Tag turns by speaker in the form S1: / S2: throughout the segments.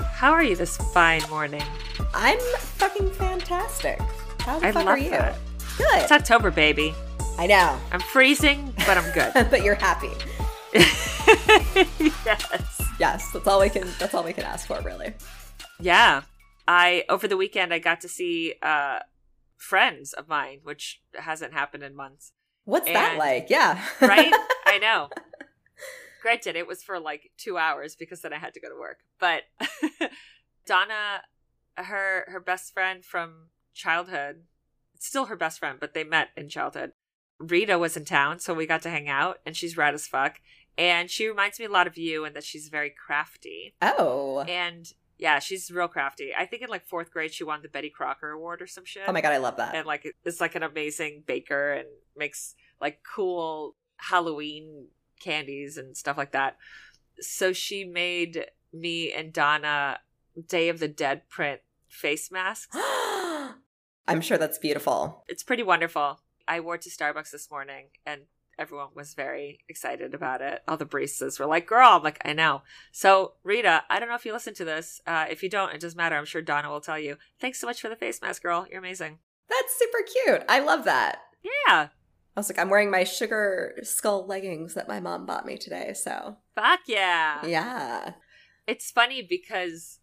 S1: How are you this fine morning?
S2: I'm fucking fantastic. How the
S1: I
S2: fuck
S1: love
S2: are you?
S1: that. It's
S2: Good.
S1: October, baby.
S2: I know,
S1: I'm freezing, but I'm good.
S2: but you're happy.
S1: yes.
S2: Yes, that's all we can. That's all we can ask for, really.
S1: Yeah. I over the weekend I got to see uh friends of mine, which hasn't happened in months.
S2: What's that
S1: And-
S2: like? Yeah.
S1: Right? I know. Granted, it was for like two hours because then I had to go to work. But Donna, her her best friend from childhood, it's still her best friend, but they met in childhood. Rita was in town, so we got to hang out, and she's rad as fuck. And she reminds me a lot of you, and that she's very crafty.
S2: oh.
S1: And yeah, she's real crafty. I think in like fourth grade, she won the Betty Crocker Award or some shit.
S2: Oh my god, I love that.
S1: And like is like an amazing baker and makes like cool Halloween candies and stuff like that. So she made me and Donna Day of the Dead print face masks.
S2: I'm sure that's beautiful.
S1: It's pretty wonderful. I wore it to Starbucks this morning and everyone was very excited about it. All the baristas were like, girl, I'm like, I know. So, Rita, I don't know if you listen to this. Uh, if you don't, it doesn't matter. I'm sure Donna will tell you. Thanks so much for the face mask, girl. You're amazing.
S2: That's super cute. I love that.
S1: Yeah.
S2: I was like, I'm wearing my sugar skull leggings that my mom bought me today. So
S1: Fuck yeah.
S2: yeah.
S1: It's funny because,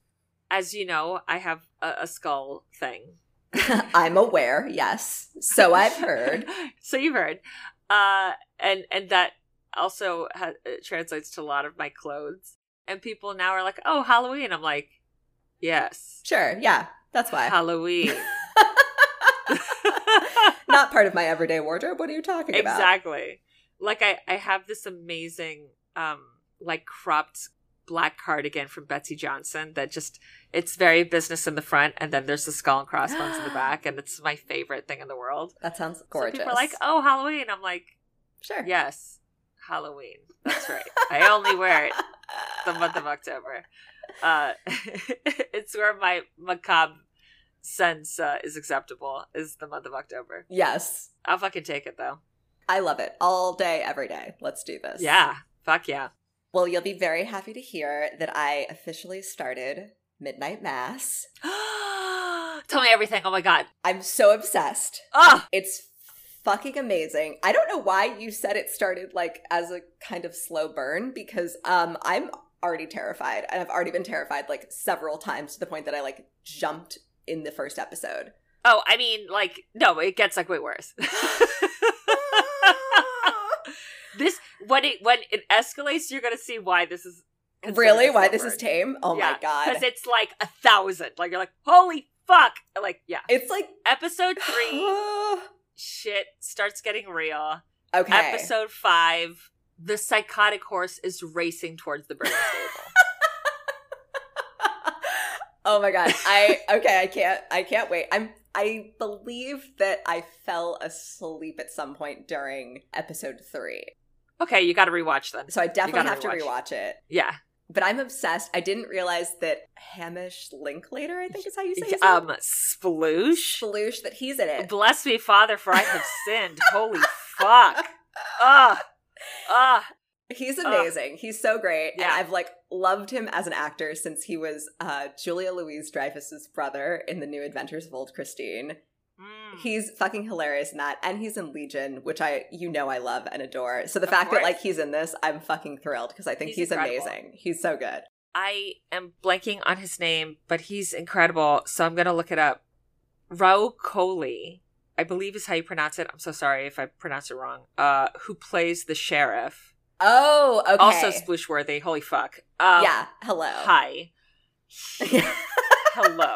S1: as you know, I have a, a skull thing.
S2: I'm aware. Yes. So I've heard.
S1: so you've heard, uh, and and that also ha- it translates to a lot of my clothes. And people now are like, "Oh, Halloween." I'm like, "Yes,
S2: Sure. Yeah. That's why.
S1: Halloween."
S2: Not part of my everyday wardrobe. What are you talking about?
S1: exactly. Like I I have this amazing um like cropped black cardigan from Betsy Johnson that just it's very business in the front and then there's the skull and crossbones in the back and it's my favorite thing in the world.
S2: That sounds
S1: So
S2: gorgeous.
S1: people are like, "Oh, Halloween." I'm like,
S2: sure.
S1: Yes, Halloween. That's right. I only wear it the month of October. Uh, it's where my macabre sense uh, is acceptable. Is the month of October?
S2: Yes.
S1: I'll fucking take it though.
S2: I love it. All day, every day. Let's do this.
S1: Yeah, fuck yeah.
S2: Well, you'll be very happy to hear that I officially started Midnight Mass.
S1: Tell me everything. Oh my god.
S2: I'm so obsessed.
S1: Oh,
S2: It's fucking amazing. I don't know why you said it started like as a kind of slow burn because um I'm already terrified and I've already been terrified like several times to the point that I like jumped in the first episode.
S1: oh. I mean, like, no, it gets like way worse. this when it when it escalates, you're gonna see why this is considered
S2: really?
S1: a
S2: Why
S1: slow
S2: this is
S1: burn.
S2: tame? Oh my god.
S1: Because it's like a thousand. Like you're like, holy fuck. Like, yeah.
S2: it's like
S1: Episode three, shit starts getting real.
S2: okay.
S1: Episode five, the psychotic horse is racing towards the burning stable.
S2: oh my god. I okay, I can't I can't wait. I'm I believe that I fell asleep at some point during episode 3.
S1: Okay, you gotta rewatch then.
S2: So I definitely
S1: gotta
S2: have to
S1: rewatch.
S2: rewatch it.
S1: Yeah.
S2: But I'm obsessed. I didn't realize that Hamish Linklater, I think is how you say his name,
S1: Um sploosh.
S2: Belush, that he's in it.
S1: Bless me, Father, for I have sinned. Holy fuck. Ah. Ah.
S2: He's amazing. he's so great. And
S1: Yeah.
S2: I've like loved him as an actor since he was uh, Julia Louise Dreyfus's brother in The New Adventures of Old Christine.
S1: Mm.
S2: He's fucking hilarious in that, and he's in Legion, which I you know I love and adore. So the
S1: Of
S2: fact
S1: course.
S2: that like he's in this, I'm fucking thrilled because I think
S1: He's
S2: he's,
S1: incredible.
S2: amazing. He's so good.
S1: I am blanking on his name, but he's incredible. So I'm going to look it up. Rao Coley, I believe is how you pronounce it. I'm so sorry if I pronounce it wrong. Uh, who plays the sheriff?
S2: Oh, okay.
S1: Also splooshworthy. Holy fuck. Um,
S2: yeah. Hello.
S1: Hi. Hello.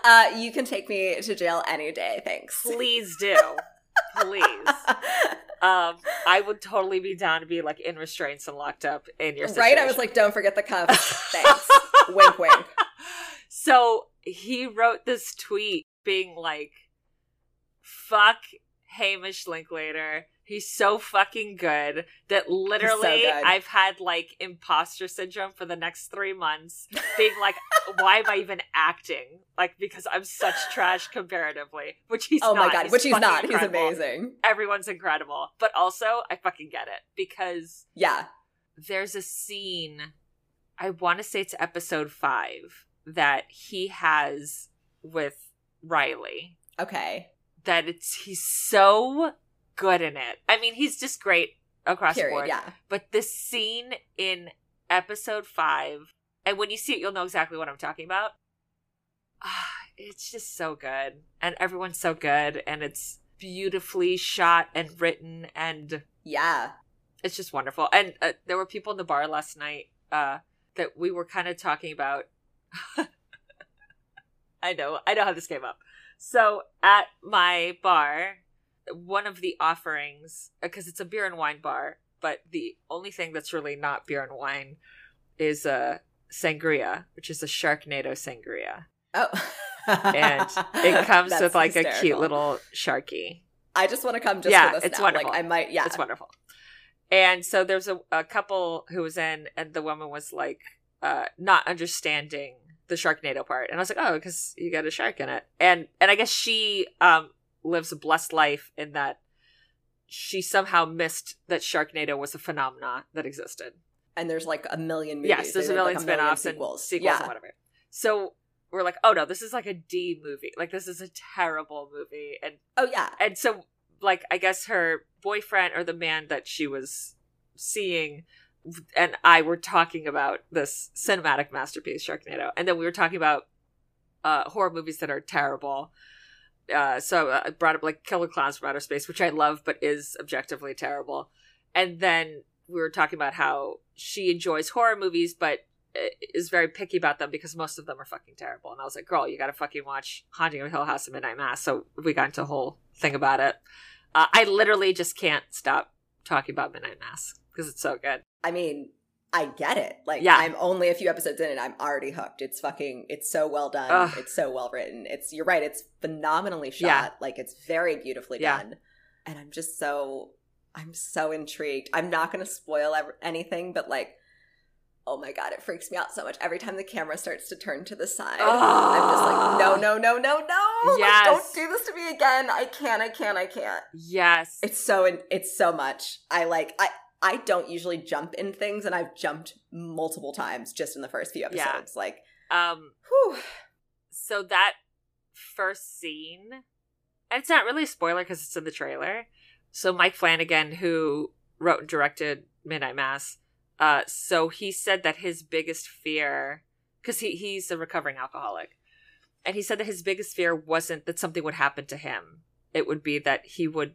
S2: uh, you can take me to jail any day, thanks.
S1: Please do. Please. Um, I would totally be down to be like in restraints and locked up in your situation.
S2: right? I was like, don't forget the cuffs. Thanks. wink, wink.
S1: So he wrote this tweet being like, fuck Hamish Linklater. He's so fucking good that literally
S2: good.
S1: I've had like imposter syndrome for the next three months, being like, why am I even acting? Like, because I'm such trash comparatively, which he's
S2: oh
S1: not.
S2: my god, which he's
S1: fucking
S2: not.
S1: incredible.
S2: He's amazing.
S1: Everyone's incredible. But also, I fucking get it because
S2: Yeah.
S1: there's a scene i want to say it's episode five that he has with Riley
S2: Okay.
S1: that it's he's so good in it. I mean, he's just great across the
S2: Period.
S1: board.
S2: Yeah.
S1: But this scene in episode five, and when you see it, you'll know exactly what I'm talking about. Ah, it's just so good, and everyone's so good, and it's beautifully shot and written, and
S2: Yeah.
S1: it's just wonderful. And uh, there were people in the bar last night uh, that we were kind of talking about. I know, I know how this came up. So at my bar, one of the offerings, because it's a beer and wine bar, but the only thing that's really not beer and wine is uh, sangria, which is a Sharknado sangria.
S2: Oh.
S1: And It comes
S2: That's
S1: with like a cute
S2: hysterical.
S1: little sharky.
S2: I just want to come just
S1: Yeah,
S2: for this
S1: it's
S2: now.
S1: wonderful.
S2: Like I might. Yeah.
S1: It's wonderful. And so there's a, a couple who was in, and the woman was like, uh, not understanding the Sharknado part. And I was like, oh, because you got a shark in it. And and I guess she um lives a blessed life in that she somehow missed that Sharknado was a phenomena that existed.
S2: and there's like a million movies.
S1: Yes, there's a
S2: like,
S1: million
S2: a million
S1: spin-offs
S2: sequels.
S1: and sequels
S2: yeah.
S1: and whatever. So we're like, oh no, this is like a D movie. Like this is a terrible movie, and
S2: Oh yeah.
S1: and so like i guess her boyfriend or the man that she was seeing and i were talking about this cinematic masterpiece sharknado and then we were talking about uh horror movies that are terrible uh so i brought up like killer clowns from outer space which i love but is objectively terrible and then we were talking about how she enjoys horror movies but uh, is very picky about them because most of them are fucking terrible. And I was like, girl, you gotta fucking watch Haunting of Hill House and Midnight Mass. So we got into a whole thing about it. Uh, I literally just can't stop talking about Midnight Mass because it's so good.
S2: I mean, I get it. Like,
S1: Yeah.
S2: I'm only a few episodes in and I'm already hooked. It's fucking, it's so well done.
S1: Ugh.
S2: It's so well written. It's, you're right. It's phenomenally shot.
S1: Yeah.
S2: Like, it's very beautifully
S1: Yeah.
S2: done. And I'm just so, I'm so intrigued. I'm not going to spoil ever, anything, but like, oh my God, it freaks me out so much. Every time the camera starts to turn to the side, I'm just like, no, no, no, no, no. Like,
S1: Yes.
S2: don't do this to me again. I can't, I can't, I can't.
S1: Yes.
S2: It's so in- it's so much. I like I I don't usually jump in things and I've jumped multiple times just in the first few
S1: Yeah.
S2: episodes. Like
S1: um,
S2: whew.
S1: so that first scene, and it's not really a spoiler because it's in the trailer. So Mike Flanagan, who wrote and directed Midnight Mass, uh, so he said that his biggest fear, because he he's a recovering alcoholic, and he said that his biggest fear wasn't that something would happen to him. It would be that he would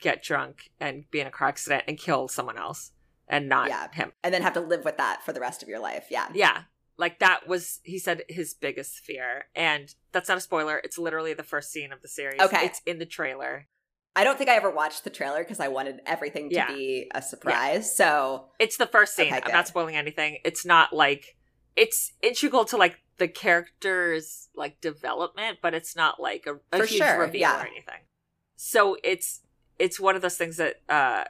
S1: get drunk and be in a car accident and kill someone else and not
S2: Yeah.
S1: him.
S2: And then have to live with that for the rest of your life. Yeah.
S1: Yeah. Like that was he said his biggest fear. And that's not a spoiler. It's literally the first scene of the series.
S2: Okay.
S1: It's in the trailer.
S2: I don't think I ever watched the trailer because I wanted everything to
S1: Yeah.
S2: be a surprise. So
S1: It's the first scene.
S2: Okay,
S1: I'm not
S2: good.
S1: spoiling anything. It's not like it's integral to like the character's like development, but it's not like a, a
S2: For
S1: huge
S2: sure,
S1: reveal
S2: yeah.
S1: or anything. So it's it's one of those things that uh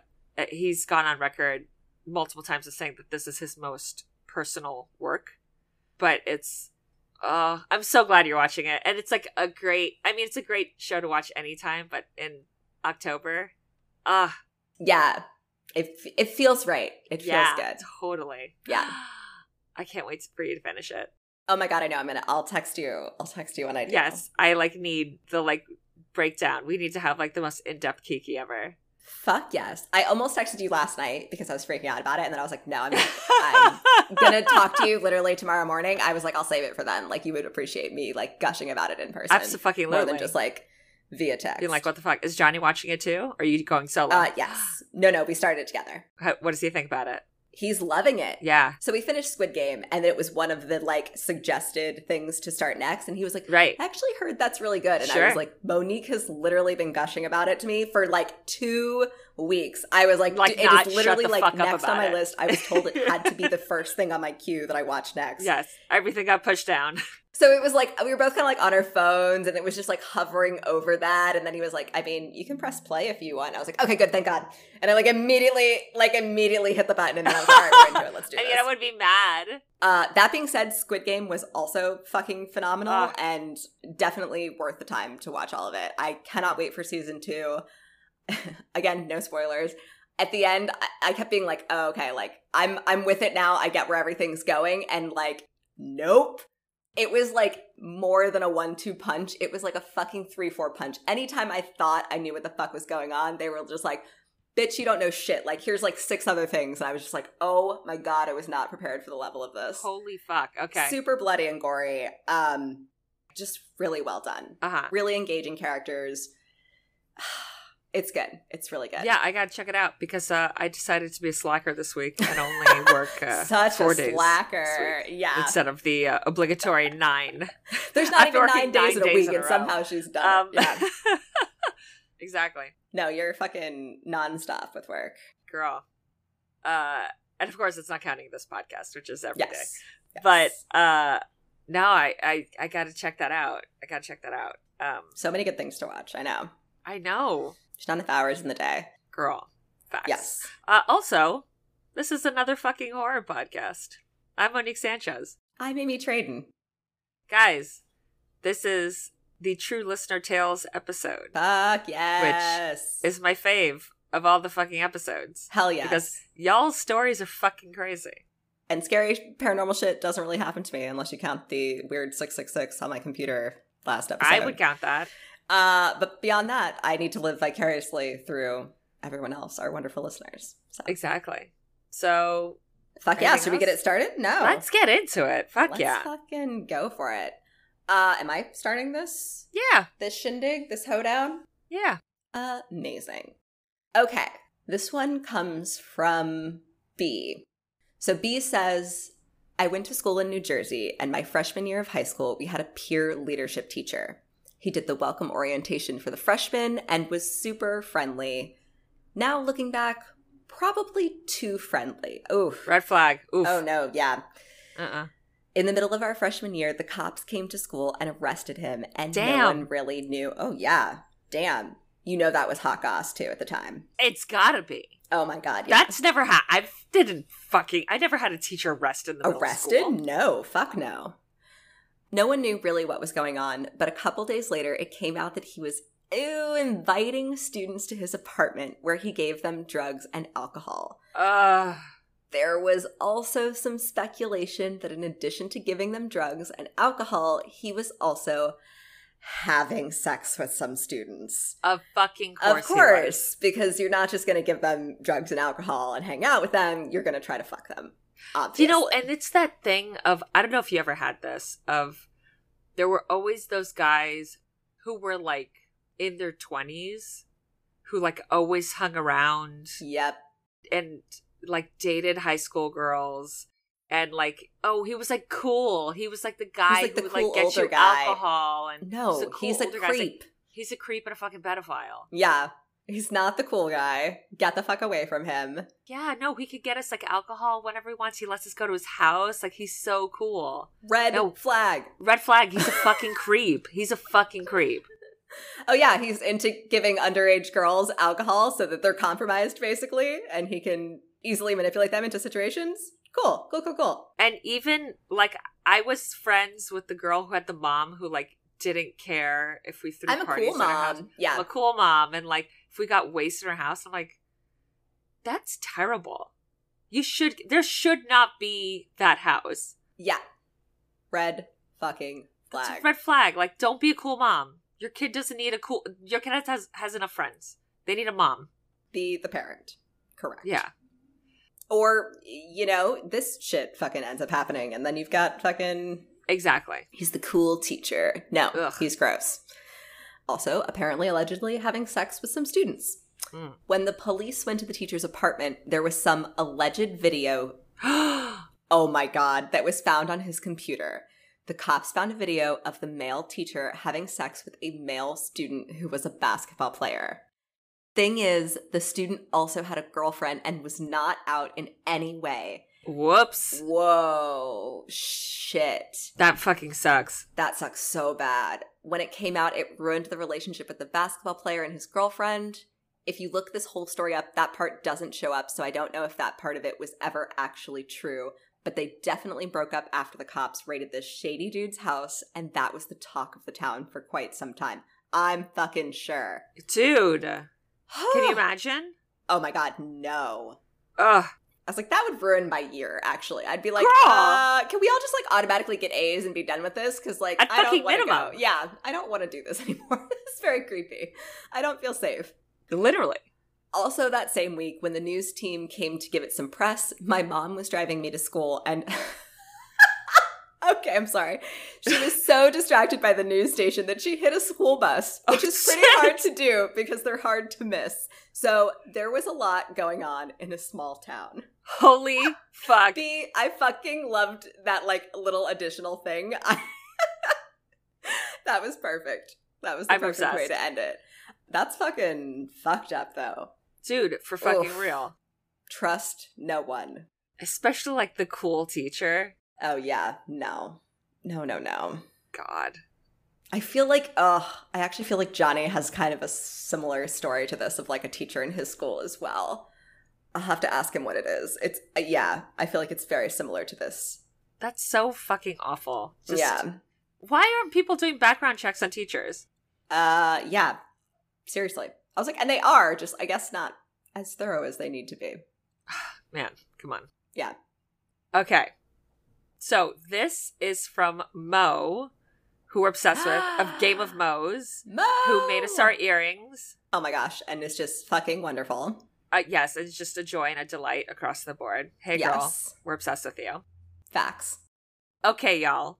S1: he's gone on record multiple times as saying that this is his most personal work. But it's uh I'm so glad you're watching it. And it's like a great I mean it's a great show to watch anytime, but in October. Uh
S2: yeah. It f- it feels right. It
S1: yeah,
S2: feels good.
S1: Totally.
S2: Yeah.
S1: I can't wait for you to finish it.
S2: Oh my god, I know. I'm gonna I'll text you. I'll text you when I do.
S1: Yes, I like need the like breakdown. We need to have like the most in depth Kiki ever.
S2: Fuck yes. I almost texted you last night because I was freaking out about it and then I was like, no, I'm I'm gonna talk to you literally tomorrow morning. I was like, I'll save it for then. Like you would appreciate me like gushing about it in person
S1: Absolutely.
S2: more than just like via text.
S1: being like, what the fuck? Is Johnny watching it too? Or are you going solo?
S2: Uh, yes. No, no, we started together.
S1: How- what does he think about it?
S2: He's loving it.
S1: Yeah.
S2: So we finished Squid Game, and it was one of the like suggested things to start next. And he was like,
S1: Right.
S2: I actually heard that's really good. And I
S1: Sure.
S2: was like, Monique has literally been gushing about it to me for like two weeks. I was like,
S1: Like,
S2: "Dude,
S1: not shut
S2: it is literally
S1: the
S2: like
S1: fuck up
S2: next on
S1: about
S2: my
S1: it."
S2: list. I was told it had to be the first thing on my queue that I watched next.
S1: Yes. Everything got pushed down.
S2: So it was like we were both kind of like on our phones, and it was just like hovering over that. And then he was like, "I mean, you can press play if you want." And I was like, "Okay, good, thank God." And I like immediately, like immediately hit the button, and then I was like, "All right, we're into it. Let's do
S1: I
S2: this."
S1: mean, I would be mad.
S2: uh, that being said, Squid Game was also fucking phenomenal
S1: Ah.
S2: and definitely worth the time to watch all of it. I cannot wait for season two. Again, no spoilers. At the end, I-, I kept being like, "Oh, okay, like I'm I'm with it now. I get where everything's going." And like, nope, It was like more than a one two punch. It was like a fucking three four punch. Anytime I thought I knew what the fuck was going on, they were just like, bitch, you don't know shit. Like, here's like six other things. And I was just like, oh my God, I was not prepared for the level of this.
S1: Holy fuck. Okay.
S2: Super bloody and gory. Um, just really well done.
S1: uh huh.
S2: Really engaging characters. It's good. It's really good.
S1: Yeah, I gotta check it out because uh, I decided to be a slacker this week and only work uh,
S2: Such
S1: four
S2: a
S1: days
S2: slacker. Yeah.
S1: instead of the uh, obligatory nine.
S2: There's not
S1: I've been
S2: even
S1: working
S2: nine
S1: nine
S2: days in a
S1: days
S2: week,
S1: in a
S2: and
S1: row.
S2: somehow she's done
S1: Um,
S2: it. Yeah.
S1: exactly,
S2: No, you're fucking nonstop with work.
S1: girl. Uh, and of course, it's not counting this podcast, which is every day.
S2: Yes.
S1: But
S2: Yes.
S1: uh, no, I, I I gotta check that out. I gotta check that out. Um,
S2: so many good things to watch. I know.
S1: I know,
S2: Just not enough hours in the day.
S1: girl. Facts.
S2: Yes.
S1: Uh, also, this is another fucking horror podcast. I'm Monique Sanchez.
S2: I'm Amy Traden.
S1: Guys, this is the True Listener Tales episode.
S2: Fuck yes.
S1: Is my fave of all the fucking episodes.
S2: Hell yes.
S1: Because y'all's stories are fucking crazy.
S2: and scary paranormal shit doesn't really happen to me unless you count the weird 666 on my computer last episode.
S1: I would count that.
S2: Uh, but beyond that, I need to live vicariously through everyone else, our wonderful listeners. So,
S1: Exactly. So
S2: fuck yeah.
S1: anything
S2: Should we get
S1: else?
S2: it started? No.
S1: let's get into it. Oh. Fuck
S2: Let's
S1: yeah.
S2: fucking go for it. Uh, am I starting this?
S1: yeah.
S2: This shindig? This hoedown?
S1: Yeah.
S2: Amazing. Okay, this one comes from B. So B says, I went to school in New Jersey, and my freshman year of high school, we had a peer leadership teacher. He did the welcome orientation for the freshmen and was super friendly. Now, looking back, probably too friendly. Oof.
S1: Red flag. Oof.
S2: Oh, no, yeah.
S1: Uh-uh.
S2: In the middle of our freshman year, the cops came to school and arrested him, and no
S1: Damn.
S2: one really knew. Oh, yeah. Damn. You know that was hot goss, too, at the time.
S1: It's gotta be.
S2: Oh, my God. Yeah.
S1: That's never ha I didn't fucking. I never had a teacher arrest in the middle of
S2: Arrested?
S1: school.
S2: No. Fuck no. No one knew really what was going on, but a couple days later, it came out that he was, ew, inviting students to his apartment where he gave them drugs and alcohol.
S1: Uh,
S2: There was also some speculation that in addition to giving them drugs and alcohol, he was also having sex with some students.
S1: of fucking course.
S2: of
S1: he was.
S2: course, because you're not just going to give them drugs and alcohol and hang out with them, you're going to try to fuck them. Obviously.
S1: You know, and it's that thing of I don't know if you ever had this of there were always those guys who were like in their 20s who like always hung around
S2: yep.
S1: and like dated high school girls and like oh he was like cool he was like the guy
S2: like, the
S1: who would
S2: cool
S1: like get
S2: older
S1: you
S2: guy.
S1: alcohol and
S2: No,
S1: he's a, cool
S2: he's a
S1: older guy. It's like,
S2: creep.
S1: he's a creep and a fucking pedophile
S2: yeah. He's not the cool guy. Get the fuck away from him.
S1: yeah no he could get us like alcohol whenever he wants he lets us go to his house like he's so cool
S2: Red
S1: No.
S2: flag.
S1: Red flag. He's a fucking creep. He's a fucking creep.
S2: Oh yeah, he's into giving underage girls alcohol so that they're compromised basically and he can easily manipulate them into situations. Cool. Cool, cool, cool.
S1: And even like I was friends with the girl who had the mom who like didn't care if we threw
S2: I'm a
S1: parties
S2: cool
S1: at her house.
S2: mom. Yeah.
S1: I'm a cool mom, and like if we got wasted in her house, I'm like, that's terrible. You should. There should not be that house.
S2: Yeah. Red fucking
S1: That's
S2: flag.
S1: a red flag. Like, don't be a cool mom. Your kid doesn't need a cool. Your kid has has enough friends. They need a mom.
S2: Be the parent. Correct.
S1: Yeah.
S2: Or you know, this shit fucking ends up happening and then you've got fucking
S1: Exactly.
S2: He's the cool teacher. No,
S1: Ugh.
S2: he's gross. Also, apparently, allegedly having sex with some students.
S1: Mm.
S2: When the police went to the teacher's apartment, there was some alleged video, oh my God, that was found on his computer. The cops found a video of the male teacher having sex with a male student who was a basketball player. Thing is, the student also had a girlfriend and was not out in any way.
S1: Whoops.
S2: Whoa, shit.
S1: That fucking sucks.
S2: That sucks so bad. When it came out, it ruined the relationship with the basketball player and his girlfriend. If you look this whole story up, that part doesn't show up, so I don't know if that part of it was ever actually true. But they definitely broke up after the cops raided this shady dude's house, and that was the talk of the town for quite some time. I'm fucking sure.
S1: Dude. Can you imagine?
S2: Oh my god, no.
S1: Ugh.
S2: was like, that would ruin my year, actually. I'd be like,
S1: Girl.
S2: uh, can we all just like automatically get A's and be done with this? Because like,
S1: At
S2: I don't
S1: fucking
S2: want to go.
S1: minimum.
S2: Yeah, I don't want to do this anymore. it's very creepy. I don't feel safe.
S1: Literally.
S2: Also, that same week, when the news team came to give it some press, my mom was driving me to school and. okay, I'm sorry. She was so distracted by the news station that she hit a school bus, which
S1: Oh,
S2: is pretty
S1: shit.
S2: hard to do because they're hard to miss. So there was a lot going on in a small town.
S1: Holy fuck.
S2: B, I fucking loved that like little additional thing. I- that was perfect. That was the
S1: I'm
S2: perfect way
S1: obsessed.
S2: to end it. That's fucking fucked up though
S1: Dude, for fucking
S2: Oof.
S1: real.
S2: trust no one.
S1: Especially like the cool teacher.
S2: Oh yeah, no. No, no, no.
S1: God.
S2: I feel like uh I actually feel like Johnny has kind of a similar story to this of like a teacher in his school as well. I'll have to ask him what it is. It's uh, yeah, I feel like it's very similar to this.
S1: That's so fucking awful. Just,
S2: yeah.
S1: Why aren't people doing background checks on teachers?
S2: Uh yeah. Seriously. I was like and they are just I guess not as thorough as they need to be.
S1: Man, come on.
S2: Yeah.
S1: Okay. So this is from Mo, who we're obsessed with, of Game of Mo's,
S2: Mo!
S1: who made us our earrings.
S2: Oh my gosh, and it's just fucking wonderful.
S1: Uh, yes, it's just a joy and a delight across the board. Hey, girl,
S2: yes.
S1: we're obsessed with you.
S2: Facts.
S1: Okay, y'all.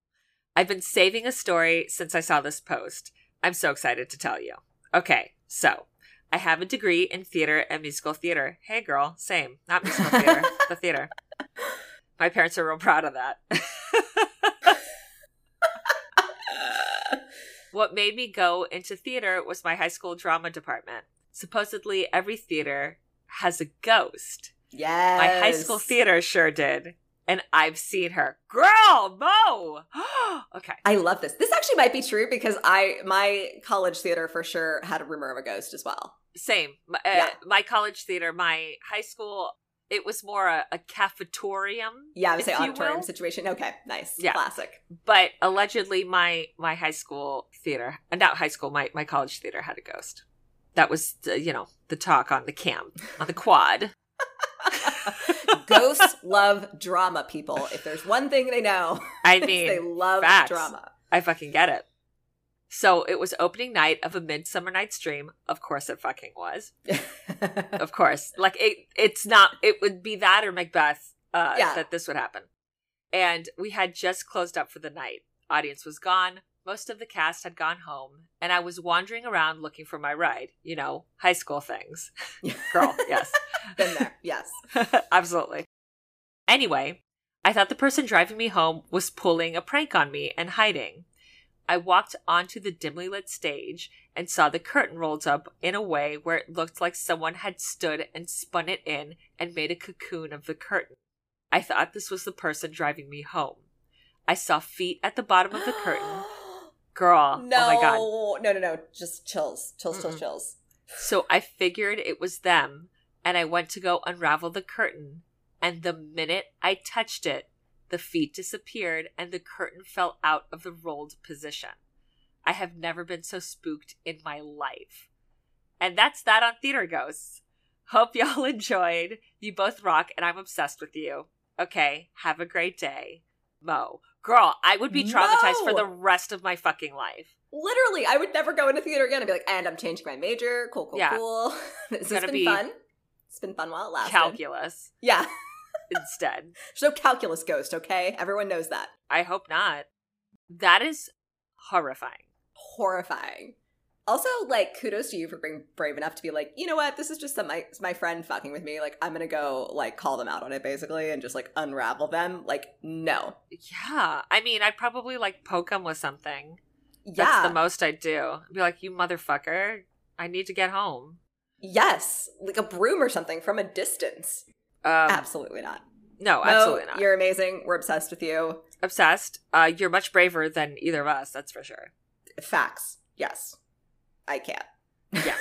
S1: I've been saving a story since I saw this post. I'm so excited to tell you. Okay, so I have a degree in theater and musical theater. Hey, girl, same. Not musical theater, the theater. My parents are real proud of that. what made me go into theater was my high school drama department. Supposedly, every theater has a ghost.
S2: Yes.
S1: My high school theater sure did. And I've seen her. Girl, Mo! okay.
S2: I love this. This actually might be true because I my college theater for sure had a rumor of a ghost as well.
S1: Same. My, uh,
S2: Yeah.
S1: my college theater, my high school, it was more a, a cafetorium.
S2: Yeah, I would say
S1: If you
S2: auditorium
S1: will.
S2: situation. Okay, nice.
S1: Yeah.
S2: Classic.
S1: But allegedly, my, my high school theater, uh, not high school, my, my college theater had a ghost. That was, the, you know, the talk on the cam, on the quad.
S2: Ghosts love drama, people. If there's one thing they know,
S1: I
S2: it's
S1: mean,
S2: they love
S1: facts.
S2: drama.
S1: I fucking get it. So it was opening night of A Midsummer Night's Dream. Of course, it fucking was. of course. Like it, it's not. It would be that or Macbeth uh,
S2: Yeah.
S1: that this would happen. And we had just closed up for the night. Audience was gone. Most of the cast had gone home, and I was wandering around looking for my ride. You know, high school things. Girl, yes,
S2: Been there. Yes.
S1: absolutely. Anyway, I thought the person driving me home was pulling a prank on me and hiding. I walked onto the dimly lit stage and saw the curtain rolled up in a way where it looked like someone had stood and spun it in and made a cocoon of the curtain. I thought this was the person driving me home. I saw feet at the bottom of the curtain. Girl,
S2: No.
S1: oh my god.
S2: No, no, no. Just chills. Chills, chills,
S1: Mm-mm.
S2: chills.
S1: So I figured it was them, and I went to go unravel the curtain. And the minute I touched it, the feet disappeared and the curtain fell out of the rolled position. I have never been so spooked in my life. And that's that on Theater Ghosts. Hope y'all enjoyed. You both rock, and I'm obsessed with you. Okay, have a great day. Mo. Girl, I would be traumatized for
S2: Mo!
S1: the rest of my fucking life.
S2: Literally, I would never go into theater again. I'd be like, and I'm changing my major. Cool, cool,
S1: Yeah.
S2: cool. this has
S1: Gonna
S2: been
S1: be
S2: fun. It's been fun while it lasted.
S1: Calculus
S2: Yeah.
S1: instead.
S2: There's no calculus ghost, okay? Everyone knows that.
S1: I hope not. That is horrifying.
S2: Horrifying. Also, like, kudos to you for being brave enough to be like, you know what? This is just some, my, my friend fucking with me. Like, I'm gonna go, like, call them out on it, basically, and just, like, unravel them. Like, no.
S1: Yeah. I mean, I'd probably like poke him with something.
S2: Yeah.
S1: That's the most I'd do. I'd be like, you motherfucker, I need to get home.
S2: yes. Like a broom or something from a distance.
S1: Um,
S2: absolutely not.
S1: No,
S2: No,
S1: absolutely not.
S2: You're amazing. We're obsessed with you.
S1: Obsessed. Uh, you're much braver than either of us, that's for sure.
S2: Facts. Yes. I can't.
S1: Yeah.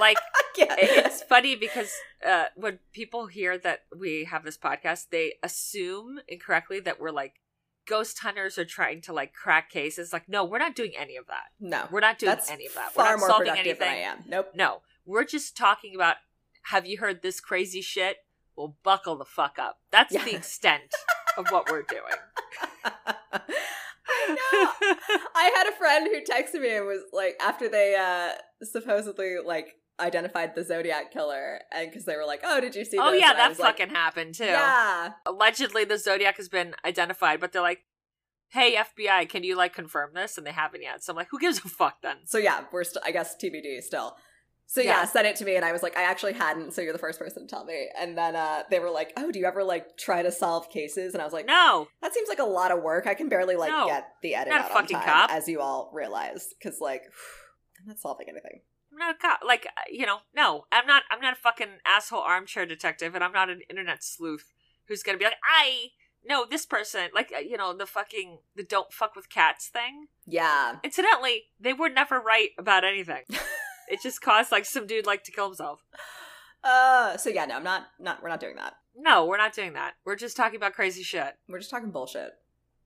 S1: Like,
S2: I can't.
S1: it's funny because uh, when people hear that we have this podcast, they assume incorrectly that we're like ghost hunters or trying to like crack cases. Like, no, we're not doing any of that.
S2: no.
S1: We're not doing
S2: That's
S1: any of that.
S2: far
S1: we're not
S2: more
S1: solving
S2: productive
S1: anything.
S2: than I am. Nope.
S1: No, we're just talking about have you heard this crazy shit? well, buckle the fuck up. That's
S2: Yeah.
S1: the extent of what we're doing. Oh,
S2: I know. I had a friend who texted me and was like, after they uh supposedly like identified the Zodiac killer, and because they were like, "Oh, did you see?"
S1: oh
S2: this?
S1: yeah,
S2: And I
S1: that
S2: was like,
S1: fucking happened too.
S2: Yeah,
S1: Allegedly, the Zodiac has been identified, but they're like, "Hey FBI, can you like confirm this?" And they haven't yet. So I'm like, "Who gives a fuck then?"
S2: so yeah, we're still, I guess, TBD still. So yeah.
S1: Yeah.
S2: sent it to me, and I was like, I actually hadn't. So you're the first person to tell me. And then uh, they were like, Oh, do you ever like try to solve cases? And I was like,
S1: No,
S2: That seems like a lot of work. I can barely like
S1: No.
S2: get the edit
S1: Not a
S2: out
S1: fucking
S2: on time,
S1: cop.
S2: as you all realize, because like I'm not solving anything.
S1: I'm not a cop. Like uh, you know, no, I'm not. I'm not a fucking asshole armchair detective, and I'm not an internet sleuth who's gonna be like, "I no, this person." Like uh, you know, the fucking the don't fuck with cats thing.
S2: Yeah,
S1: Incidentally, they were never right about anything. it just caused like some dude like to kill himself.
S2: Uh, so yeah, no, I'm not, not, we're not doing that.
S1: No, we're not doing that. We're just talking about crazy shit.
S2: We're just talking bullshit.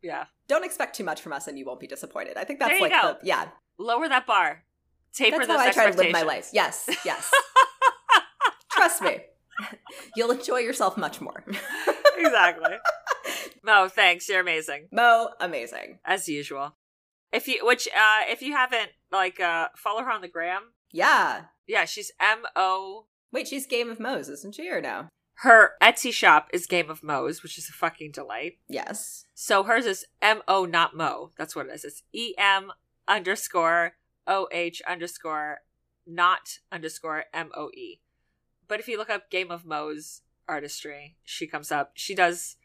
S1: Yeah.
S2: Don't expect too much from us and you won't be disappointed. I think that's
S1: There you
S2: like,
S1: go.
S2: the, yeah,
S1: Lower that bar. Taper
S2: that's how
S1: those
S2: I try to live
S1: expectations.
S2: my life. Yes, yes. Trust me. You'll enjoy yourself much more.
S1: exactly. Mo, thanks. You're amazing.
S2: Mo, amazing.
S1: As usual. If you which uh if you haven't like uh follow her on the gram.
S2: Yeah.
S1: Yeah, she's M O
S2: Wait, she's Game of Mo's, isn't she, or no?
S1: her Etsy shop is Game of Mo's, which is a fucking delight.
S2: Yes.
S1: So hers is M O, not Mo. That's what it is. It's E M underscore O H underscore not underscore M O E. But if you look up Game of Mo's artistry, she comes up. She does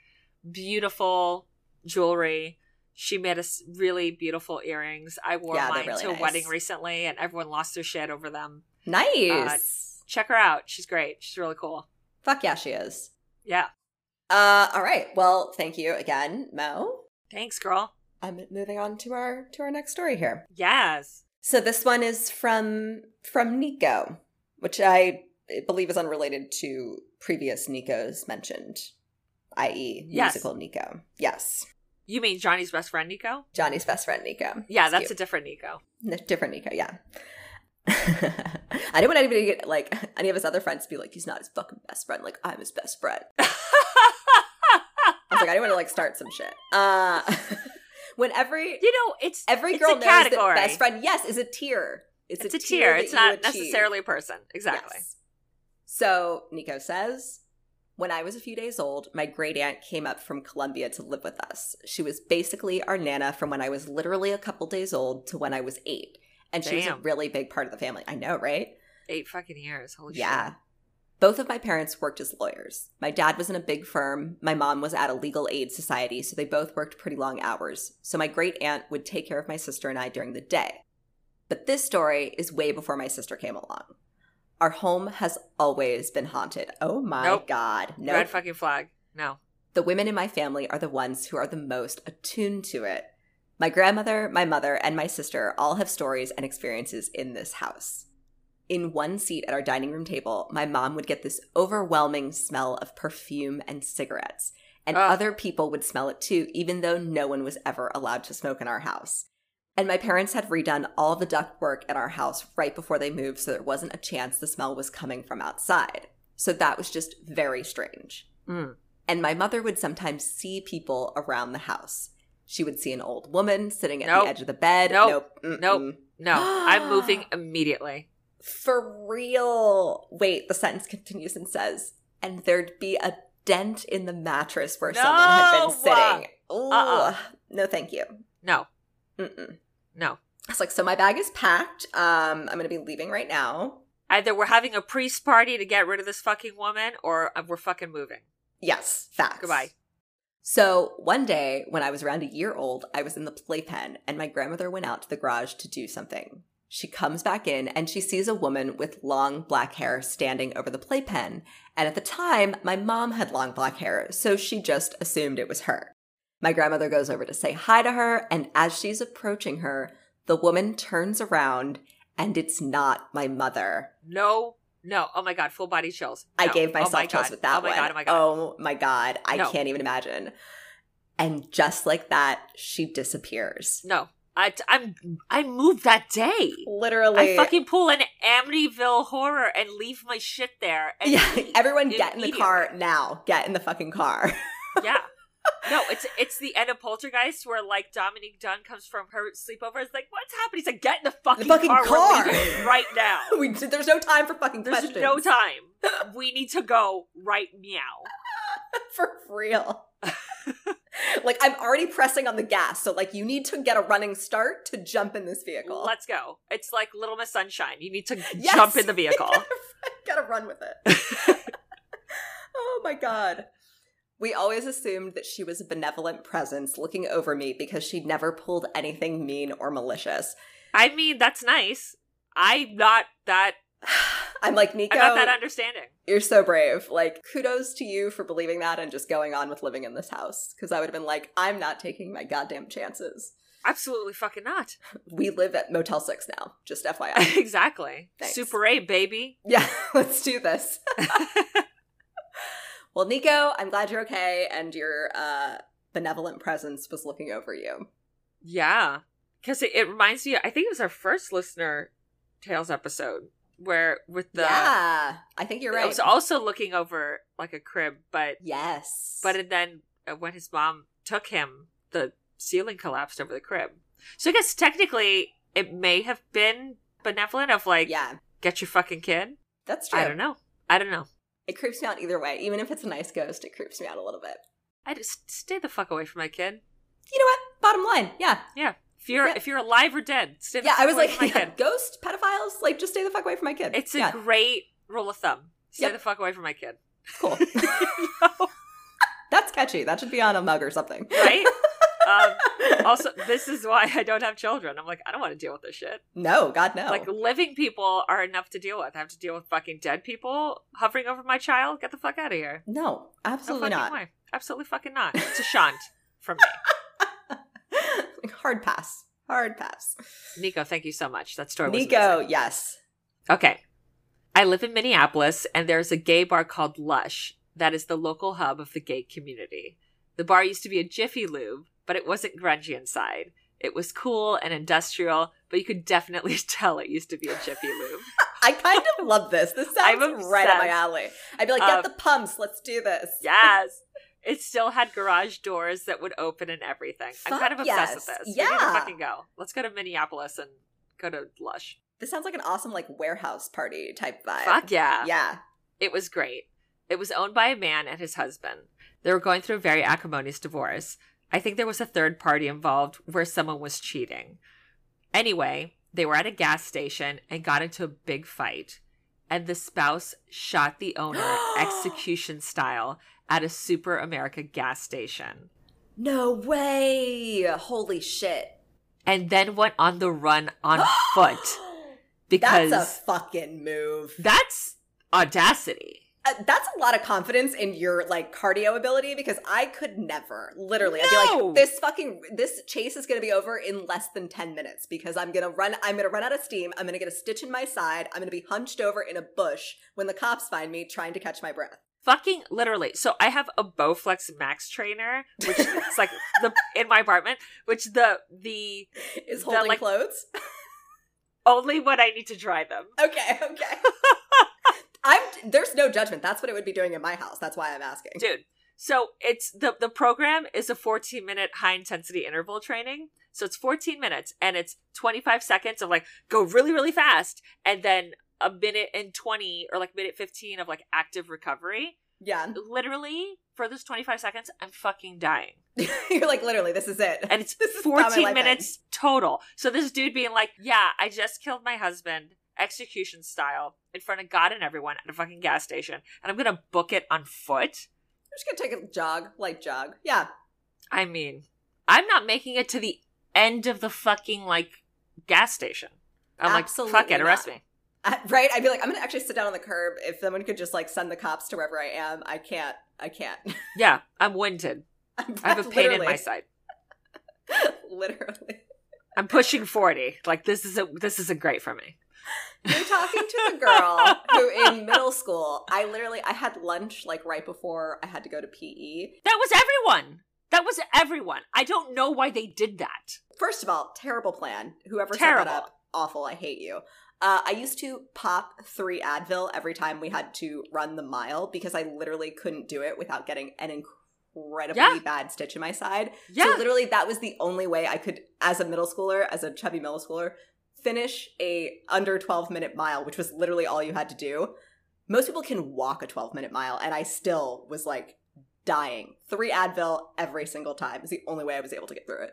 S1: beautiful jewelry. She made us really beautiful earrings. I wore
S2: Yeah, they're
S1: mine
S2: really
S1: to a
S2: nice.
S1: wedding recently, and everyone lost their shit over them.
S2: Nice.
S1: Check her out. She's great. She's really cool.
S2: Fuck yeah, she is.
S1: Yeah.
S2: Uh, all right. Well, thank you again, Mo.
S1: Thanks, girl.
S2: I'm moving on to our to our next story here.
S1: Yes.
S2: So this one is from from Nico, which I believe is unrelated to previous Nico's mentioned, i.e.,
S1: Yes.
S2: musical Nico. Yes,
S1: You mean Johnny's best friend, Nico?
S2: Johnny's best friend Nico.
S1: Yeah, that's a different Nico.
S2: a different Nico. Yeah. I don't want anybody to get like any of his other friends to be like he's not his fucking best friend. Like I'm his best friend. I was like I don't want to like start some shit. Uh, when every
S1: you know, it's
S2: every
S1: it's
S2: girl
S1: a
S2: knows
S1: category.
S2: that best friend yes is a tier. It's,
S1: It's,
S2: a,
S1: a tier.
S2: that
S1: It's
S2: you
S1: not
S2: achieve.
S1: necessarily a person. Exactly.
S2: Yes. So Nico says, when I was a few days old, my great aunt came up from Colombia to live with us. She was basically our nana from when I was literally a couple days old to when I was eight. And she was a
S1: Damn.
S2: really big part of the family. I know, right?
S1: Eight fucking years. Holy
S2: Yeah.
S1: Oh, shit.
S2: Both of my parents worked as lawyers. My dad was in a big firm. My mom was at a legal aid society, so they both worked pretty long hours. So my great aunt would take care of my sister and I during the day. But this story is way before my sister came along. Our home has always been haunted. Oh my
S1: Nope.
S2: God. No.
S1: Red fucking flag. No.
S2: The women in my family are the ones who are the most attuned to it. My grandmother, my mother, and my sister all have stories and experiences in this house. In one seat at our dining room table, my mom would get this overwhelming smell of perfume and cigarettes, and
S1: Ugh.
S2: other people would smell it too, even though no one was ever allowed to smoke in our house. And my parents had redone all the duct work in our house right before they moved, so there wasn't a chance the smell was coming from outside. So that was just very strange
S1: Mm.
S2: and my mother would sometimes see people around the house. She would see an old woman sitting at
S1: Nope.
S2: the edge of the bed.
S1: Nope.
S2: Nope.
S1: Nope.
S2: Mm-mm.
S1: No. I'm moving immediately.
S2: For real. Wait, the sentence continues and says, and there'd be a dent in the mattress where someone had
S1: No.
S2: been sitting. Ooh,
S1: Uh-uh.
S2: No, thank you.
S1: No.
S2: Mm-mm.
S1: No.
S2: I was like, so my bag is packed. Um, I'm going to be leaving right now.
S1: Either we're having a priest party to get rid of this fucking woman or uh, we're fucking moving.
S2: Yes, facts.
S1: Goodbye.
S2: So one day, when I was around a year old, I was in the playpen and my grandmother went out to the garage to do something. She comes back in and she sees a woman with long black hair standing over the playpen. And at the time, my mom had long black hair, so she just assumed it was her. My grandmother goes over to say hi to her, and as she's approaching her, the woman turns around and it's not my mother.
S1: No. No. Oh my God. Full body chills.
S2: I
S1: No.
S2: gave
S1: Oh
S2: myself
S1: my
S2: chills
S1: God.
S2: with that
S1: Oh my
S2: one.
S1: God. Oh my God.
S2: Oh my God. I
S1: No.
S2: can't even imagine. And just like that, she disappears.
S1: No. I, I'm I moved that day. I
S2: Literally,
S1: fucking pull an Amityville horror and leave my shit there. And
S2: yeah.
S1: leave.
S2: Everyone, get in the car
S1: immediately.
S2: now. Get in the fucking car.
S1: yeah. No, it's it's the end of Poltergeist where like Dominique Dunn comes from her sleepover. It's like, what's happening? He's like, get in the fucking,
S2: fucking
S1: car, We're
S2: car."
S1: leaving right now.
S2: we there's no time for fucking
S1: There's
S2: questions.
S1: no time. We need to go right meow.
S2: for real. like I'm already pressing on the gas, so like you need to get a running start to jump in this vehicle.
S1: Let's go. It's like Little Miss Sunshine. You need to
S2: Yes.
S1: jump in the vehicle.
S2: Gotta run with it. oh my god. We always assumed that she was a benevolent presence looking over me because she never pulled anything mean or malicious.
S1: I mean, that's nice. I'm not that.
S2: I'm like, Nico,
S1: I'm not that understanding.
S2: you're so brave. Like, kudos to you for believing that and just going on with living in this house. Because I would have been like, I'm not taking my goddamn chances.
S1: Absolutely fucking not.
S2: We live at Motel 6 now, just FYI.
S1: exactly.
S2: Thanks.
S1: Super A, baby.
S2: yeah, let's do this. well, Nico, I'm glad you're okay and your uh, benevolent presence was looking over you.
S1: Yeah. Because it, it reminds me, I think it was our first listener tales episode where with the.
S2: yeah, I think you're
S1: I
S2: right.
S1: was also looking over like a crib, but
S2: yes.
S1: but and then uh, when his mom took him, the ceiling collapsed over the crib. So I guess technically it may have been benevolent of like
S2: yeah,
S1: get your fucking kid.
S2: that's true.
S1: I don't know. I don't know.
S2: It creeps me out either way. Even if it's a nice ghost, it creeps me out a little bit.
S1: I just stay the fuck away from my kid.
S2: You know what? Bottom line, yeah.
S1: Yeah. If you're
S2: Yeah.
S1: if you're alive or dead, stay the
S2: Yeah,
S1: fuck
S2: I was
S1: away
S2: like,
S1: from my
S2: yeah,
S1: kid.
S2: ghost pedophiles, like just stay the fuck away from my kid.
S1: It's a
S2: yeah,
S1: great rule of thumb. Stay
S2: Yep.
S1: the fuck away from my kid.
S2: cool.
S1: You know?
S2: That's catchy. That should be on a mug or something.
S1: right? um, also, this is why I don't have children. I'm like, I don't want to deal with this shit.
S2: no, God no.
S1: Like living people are enough to deal with. I have to deal with fucking dead people hovering over my child. Get the fuck out of here.
S2: no,
S1: No
S2: absolutely
S1: fucking
S2: not.
S1: way. Absolutely fucking not. It's a shunt from me.
S2: Like, hard pass. Hard pass.
S1: Nico, thank you so much. That story was
S2: Nico, yes.
S1: Okay. I live in Minneapolis, and there's a gay bar called Lush that is the local hub of the gay community. The bar used to be a Jiffy Lube, but it wasn't grungy inside. It was cool and industrial, but you could definitely tell it used to be a Jiffy Lube.
S2: I kind of love this. This sounds
S1: I'm
S2: right up my
S1: obsessed.
S2: alley. I'd be like, get
S1: Um,
S2: the pumps. Let's do this.
S1: yes. It still had garage doors that would open and everything. I'm kind of
S2: Fuck
S1: obsessed
S2: yes.
S1: with this. We
S2: Yeah.
S1: gotta fucking go. Let's go to Minneapolis and go to Lush.
S2: This sounds like an awesome like warehouse party type vibe.
S1: Fuck yeah.
S2: Yeah.
S1: It was great. It was owned by a man and his husband. They were going through a very acrimonious divorce. I think there was a third party involved where someone was cheating. Anyway, they were at a gas station and got into a big fight. And the spouse shot the owner execution style at a Super America gas station
S2: No way. Holy shit.
S1: and then went on the run on foot because
S2: That's a fucking move.
S1: that's audacity.
S2: Uh, that's a lot of confidence in your like cardio ability because I could never. Literally, I'd be
S1: No!
S2: like, this fucking this chase is gonna be over in less than ten minutes because I'm gonna run. I'm gonna run out of steam. I'm gonna get a stitch in my side. I'm gonna be hunched over in a bush when the cops find me trying to catch my breath.
S1: Fucking literally. So I have a Bowflex Max trainer, which is like the in my apartment, which the the
S2: Is
S1: The,
S2: holding
S1: like-
S2: clothes?
S1: only when I need to dry them.
S2: Okay, okay. I'm. There's no judgment. That's what it would be doing in my house. That's why I'm asking.
S1: Dude. So it's the the program is a 14 minute high intensity interval training. So it's 14 minutes and it's 25 seconds of like go really, really fast and then a minute and 20 or like minute 15 of like active recovery.
S2: Yeah,
S1: Literally, for those 25 seconds, I'm fucking dying.
S2: you're like literally. This is it.
S1: and it's
S2: This is how my
S1: 14
S2: life
S1: minutes total. So this dude being like, "Yeah, I just killed my husband, execution style, in front of God and everyone at a fucking gas station, and I'm gonna book it on foot."
S2: I'm just gonna take a jog, light jog. Yeah,
S1: I mean, I'm not making it to the end of the fucking like gas station. I'm
S2: Absolutely
S1: like, "Fuck it, arrest me."
S2: I, right? I'd be like, I'm gonna actually sit down on the curb. If someone could just like send the cops to wherever I am, I can't. I can't.
S1: Yeah, I'm winded.
S2: I'm
S1: I have a pain in my
S2: literally-
S1: side.
S2: Literally,
S1: I'm pushing 40. Like this is a this isn't great for me.
S2: you're talking to a girl who in middle school. I literally, I had lunch like right before I had to E. go to PE.
S1: That was everyone. That was everyone. I don't know why they did that.
S2: First of all, terrible plan. Whoever set
S1: Terrible.
S2: that up, awful. I hate you. Uh, I used to pop three Advil every time we had to run the mile because I literally couldn't do it without getting an incredibly
S1: Yeah.
S2: bad stitch in my side.
S1: Yeah.
S2: So literally, that was the only way I could, as a middle schooler, as a chubby middle schooler, finish a under 12 minute mile, which was literally all you had to do. Most people can walk a 12 minute mile, and I still was like dying. Three Advil every single time is the only way I was able to get through it.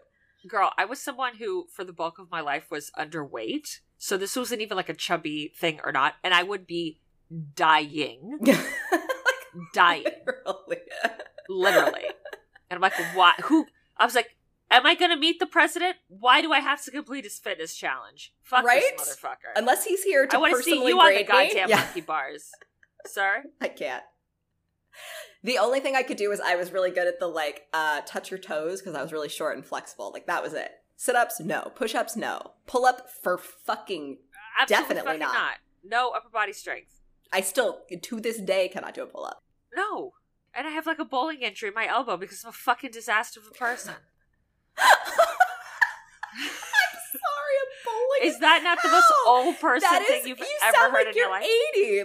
S1: Girl, I was someone who, for the bulk of my life, was underweight. So this wasn't even like a chubby thing or not. And I would be dying, dying,
S2: Literally.
S1: literally. And I'm like, why? Who? I was like, am I going to meet the president? Why do I have to complete his fitness challenge? Fuck
S2: Right?
S1: this motherfucker.
S2: Unless he's here to
S1: I want to see
S2: personally
S1: you on the
S2: grade
S1: goddamn
S2: me. Yeah,
S1: monkey bars, sir.
S2: I can't. The only thing I could do was I was really good at the like uh, touch your toes because I was really short and flexible. Like that was it. Sit ups, no. Push ups, no. Pull up for fucking.
S1: Absolutely
S2: Definitely
S1: fucking
S2: not.
S1: No upper body strength.
S2: I still to this day cannot do a pull up.
S1: No. And I have like a bowling injury in my elbow because I'm a fucking disaster of a person.
S2: I'm sorry, I'm bowling.
S1: Is that not the most
S2: How?
S1: old person
S2: That is-
S1: thing you've
S2: you
S1: ever
S2: sound
S1: heard in
S2: like
S1: your
S2: you're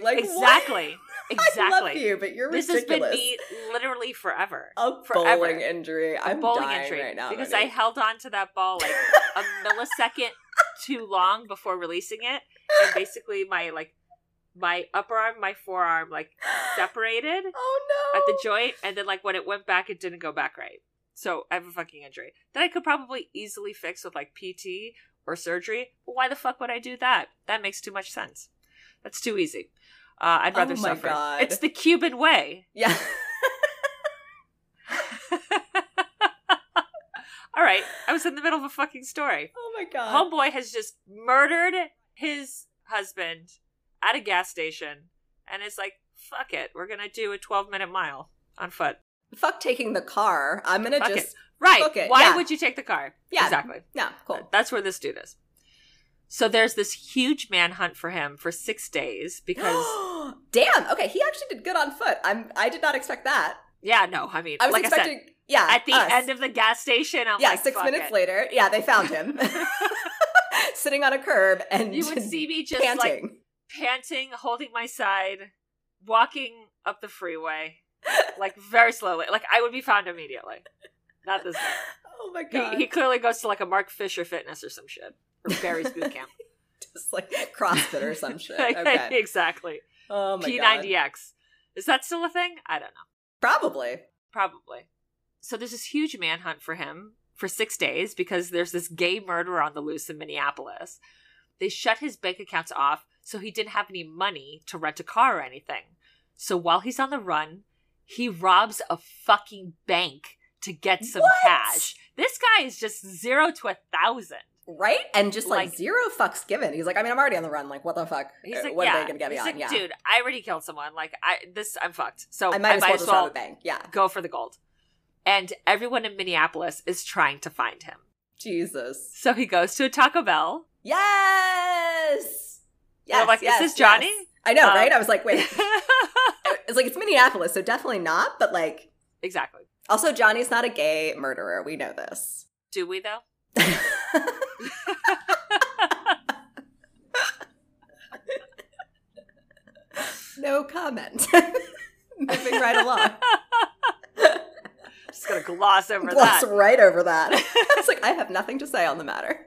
S1: life?
S2: 80. Like What?
S1: Exactly.
S2: I love
S1: Exactly.
S2: you, but you're
S1: This has been
S2: ridiculous.
S1: me literally forever.
S2: a
S1: forever.
S2: bowling injury.
S1: A
S2: I'm
S1: bowling
S2: dying
S1: injury
S2: right now.
S1: because I
S2: Mindy.
S1: held on to that ball like a millisecond too long before releasing it, and basically my like my upper arm, my forearm like separated
S2: oh no!
S1: at the joint, and then like when it went back, it didn't go back right. So I have a fucking injury that I could probably easily fix with like PT or surgery. But why the fuck would I do that? That makes too much sense. That's too easy. Uh, I'd
S2: Oh
S1: rather
S2: my
S1: suffer.
S2: God.
S1: It's the Cuban way.
S2: yeah.
S1: All right, I was in the middle of a fucking story.
S2: Oh my god.
S1: Homeboy has just murdered his husband at a gas station, and it's like, fuck it, we're gonna do a twelve-minute mile on foot.
S2: Fuck taking the car. I'm gonna
S1: Fuck it.
S2: just
S1: Right?
S2: Fuck it,
S1: Why
S2: yeah.
S1: would you take the car?
S2: Yeah.
S1: exactly.
S2: yeah. Cool.
S1: That's where this dude is. So there's this huge manhunt for him for six days because,
S2: Damn. Okay, he actually did good on foot. I'm. I did not expect that.
S1: yeah, no, I mean,
S2: I was
S1: like I said,
S2: expecting. yeah.
S1: at the
S2: us.
S1: end of the gas station, I'm
S2: yeah,
S1: like,
S2: six
S1: fuck
S2: minutes
S1: it.
S2: later. Yeah, they found him sitting on a curb and
S1: You would see me just like
S2: panting.
S1: panting, holding my side, walking up the freeway, like very slowly. Like I would be found immediately. Not this guy.
S2: oh my
S1: He,
S2: god.
S1: he clearly goes to like a Mark Fisher fitness or some shit. Or Barry's boot camp.
S2: just like CrossFit or some shit. Okay.
S1: exactly.
S2: Oh my god.
S1: P90X. Is that still a thing? I don't know.
S2: Probably.
S1: Probably. So there's this huge manhunt for him for six days because there's this gay murderer on the loose in Minneapolis. They shut his bank accounts off, so he didn't have any money to rent a car or anything. So while he's on the run, he robs a fucking bank to get some
S2: What?
S1: cash. This guy is just zero to a thousand.
S2: Right? And just like,
S1: Like-
S2: zero fucks given. He's like, I mean, I'm already on the run. Like, what the fuck? Uh,
S1: He's like,
S2: what
S1: yeah.
S2: are they gonna get me
S1: He's
S2: on?
S1: like,
S2: yeah.
S1: dude, I already killed someone. Like, I this, I'm fucked. So
S2: I might as well just rob a bank. Yeah.
S1: go for the gold. And everyone in Minneapolis is trying to find him.
S2: Jesus.
S1: So he goes to a Taco Bell.
S2: Yes. Yes.
S1: like, is
S2: yes,
S1: this Johnny?
S2: yes. I know,
S1: Um,
S2: right? I was like, wait. it's like it's Minneapolis, so definitely not. But like,
S1: exactly.
S2: also Johnny's not a gay murderer. We know this.
S1: Do we though?
S2: no comment. Moving right along.
S1: Just gonna gloss over
S2: Gloss
S1: that.
S2: right over that. it's like I have nothing to say on the matter.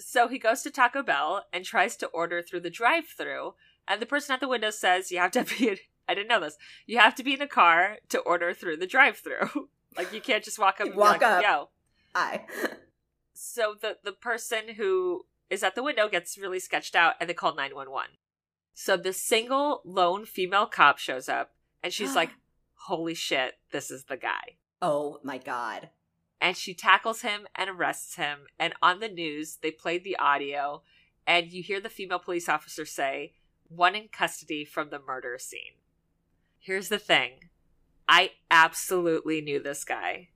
S1: So he goes to Taco Bell and tries to order through the drive-through, and the person at the window says, "You have to be." In- I didn't know this. You have to be in a car to order through the drive-through. like you can't just walk up. And
S2: Walk
S1: be
S2: up.
S1: like, Yo.
S2: I.
S1: So the the person who is at the window gets really sketched out, and they call nine one one. So the single lone female cop shows up, and she's like, "Holy shit, this is the guy."
S2: Oh my god.
S1: and she tackles him and arrests him. And on the news, they played the audio, and you hear the female police officer say, one in custody from the murder scene. Here's the thing I absolutely knew this guy.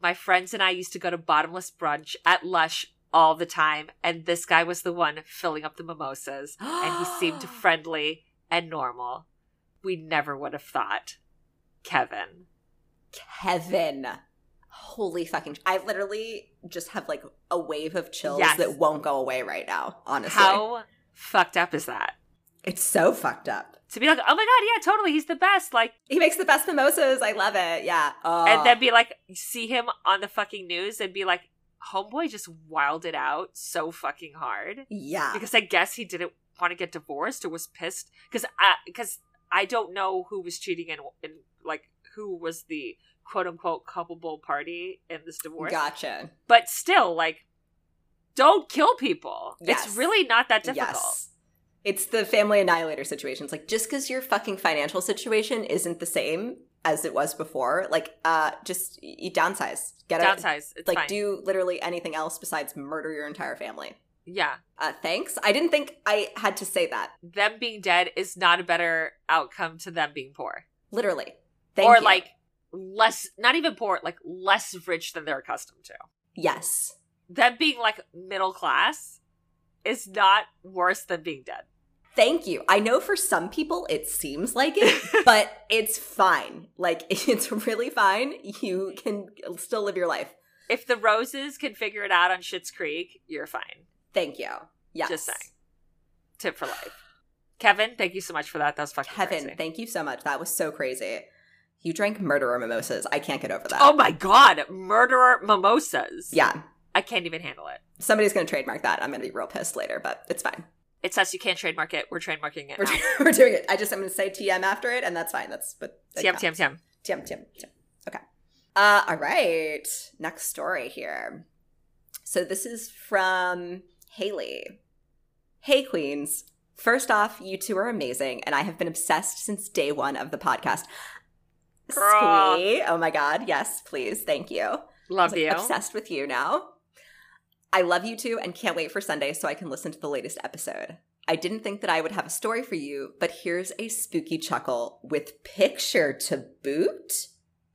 S1: My friends and I used to go to bottomless brunch at Lush all the time, and this guy was the one filling up the mimosas, and he seemed friendly and normal. We never would have thought. Kevin.
S2: Kevin. Holy fucking! I literally just have like a wave of chills
S1: Yes.
S2: that won't go away right now. Honestly,
S1: How fucked up is that?
S2: it's so fucked up.
S1: To be like, oh my god, yeah, totally, he's the best. Like,
S2: He makes the best mimosas. I love it. Yeah. Oh.
S1: and then be like, see him on the fucking news and be like, homeboy just wilded out so fucking hard.
S2: Oh, yeah.
S1: because I guess he didn't want to get divorced or was pissed because I because I don't know who was cheating and, and like who was the quote unquote culpable party in this divorce.
S2: Gotcha.
S1: But still, like, don't kill people.
S2: Yes.
S1: It's really not that difficult.
S2: Yes. It's the family annihilator situation. It's like just because your fucking financial situation isn't the same as it was before, like uh just you downsize. Get a
S1: Downsize. It's
S2: like
S1: fine.
S2: do literally anything else besides murder your entire family.
S1: yeah,
S2: Uh thanks. I didn't think I had to say that.
S1: them being dead is not a better outcome to them being poor
S2: Literally. Thank
S1: or
S2: you.
S1: like less, not even poor, like less rich than they're accustomed to.
S2: Yes.
S1: Them being like middle class is not worse than being dead.
S2: Thank you. I know for some people it seems like it, but it's fine. Like it's really fine. You can still live your life.
S1: if the roses can figure it out on Schitt's Creek, you're fine.
S2: Thank you. Yes.
S1: Just saying. Tip for life. Kevin, thank you so much for that. That was fucking
S2: Kevin,
S1: crazy.
S2: thank you so much. That was so crazy. You drank murderer mimosas. I can't get over that.
S1: oh my god, murderer mimosas.
S2: yeah.
S1: I can't even handle it.
S2: Somebody's going to trademark that. I'm going to be real pissed later, but it's fine.
S1: It's us. You can't trademark it. We're trademarking it
S2: We're,
S1: now.
S2: we're doing it. I just, I'm going to say TM after it, and that's fine. That's what.
S1: Tam, tam, tam.
S2: TM, TM, TM. Okay. Uh, all right. Next story here. So this is from Haley. Hey, Queens. First off, you two are amazing, and I have been obsessed since day one of the podcast.
S1: Girl.
S2: Squee. Oh my God. Yes, please. Thank you.
S1: Love
S2: Like,
S1: you.
S2: Obsessed with you now. I love you too and can't wait for Sunday so I can listen to the latest episode. I didn't think that I would have a story for you, but here's a spooky chuckle with picture to boot.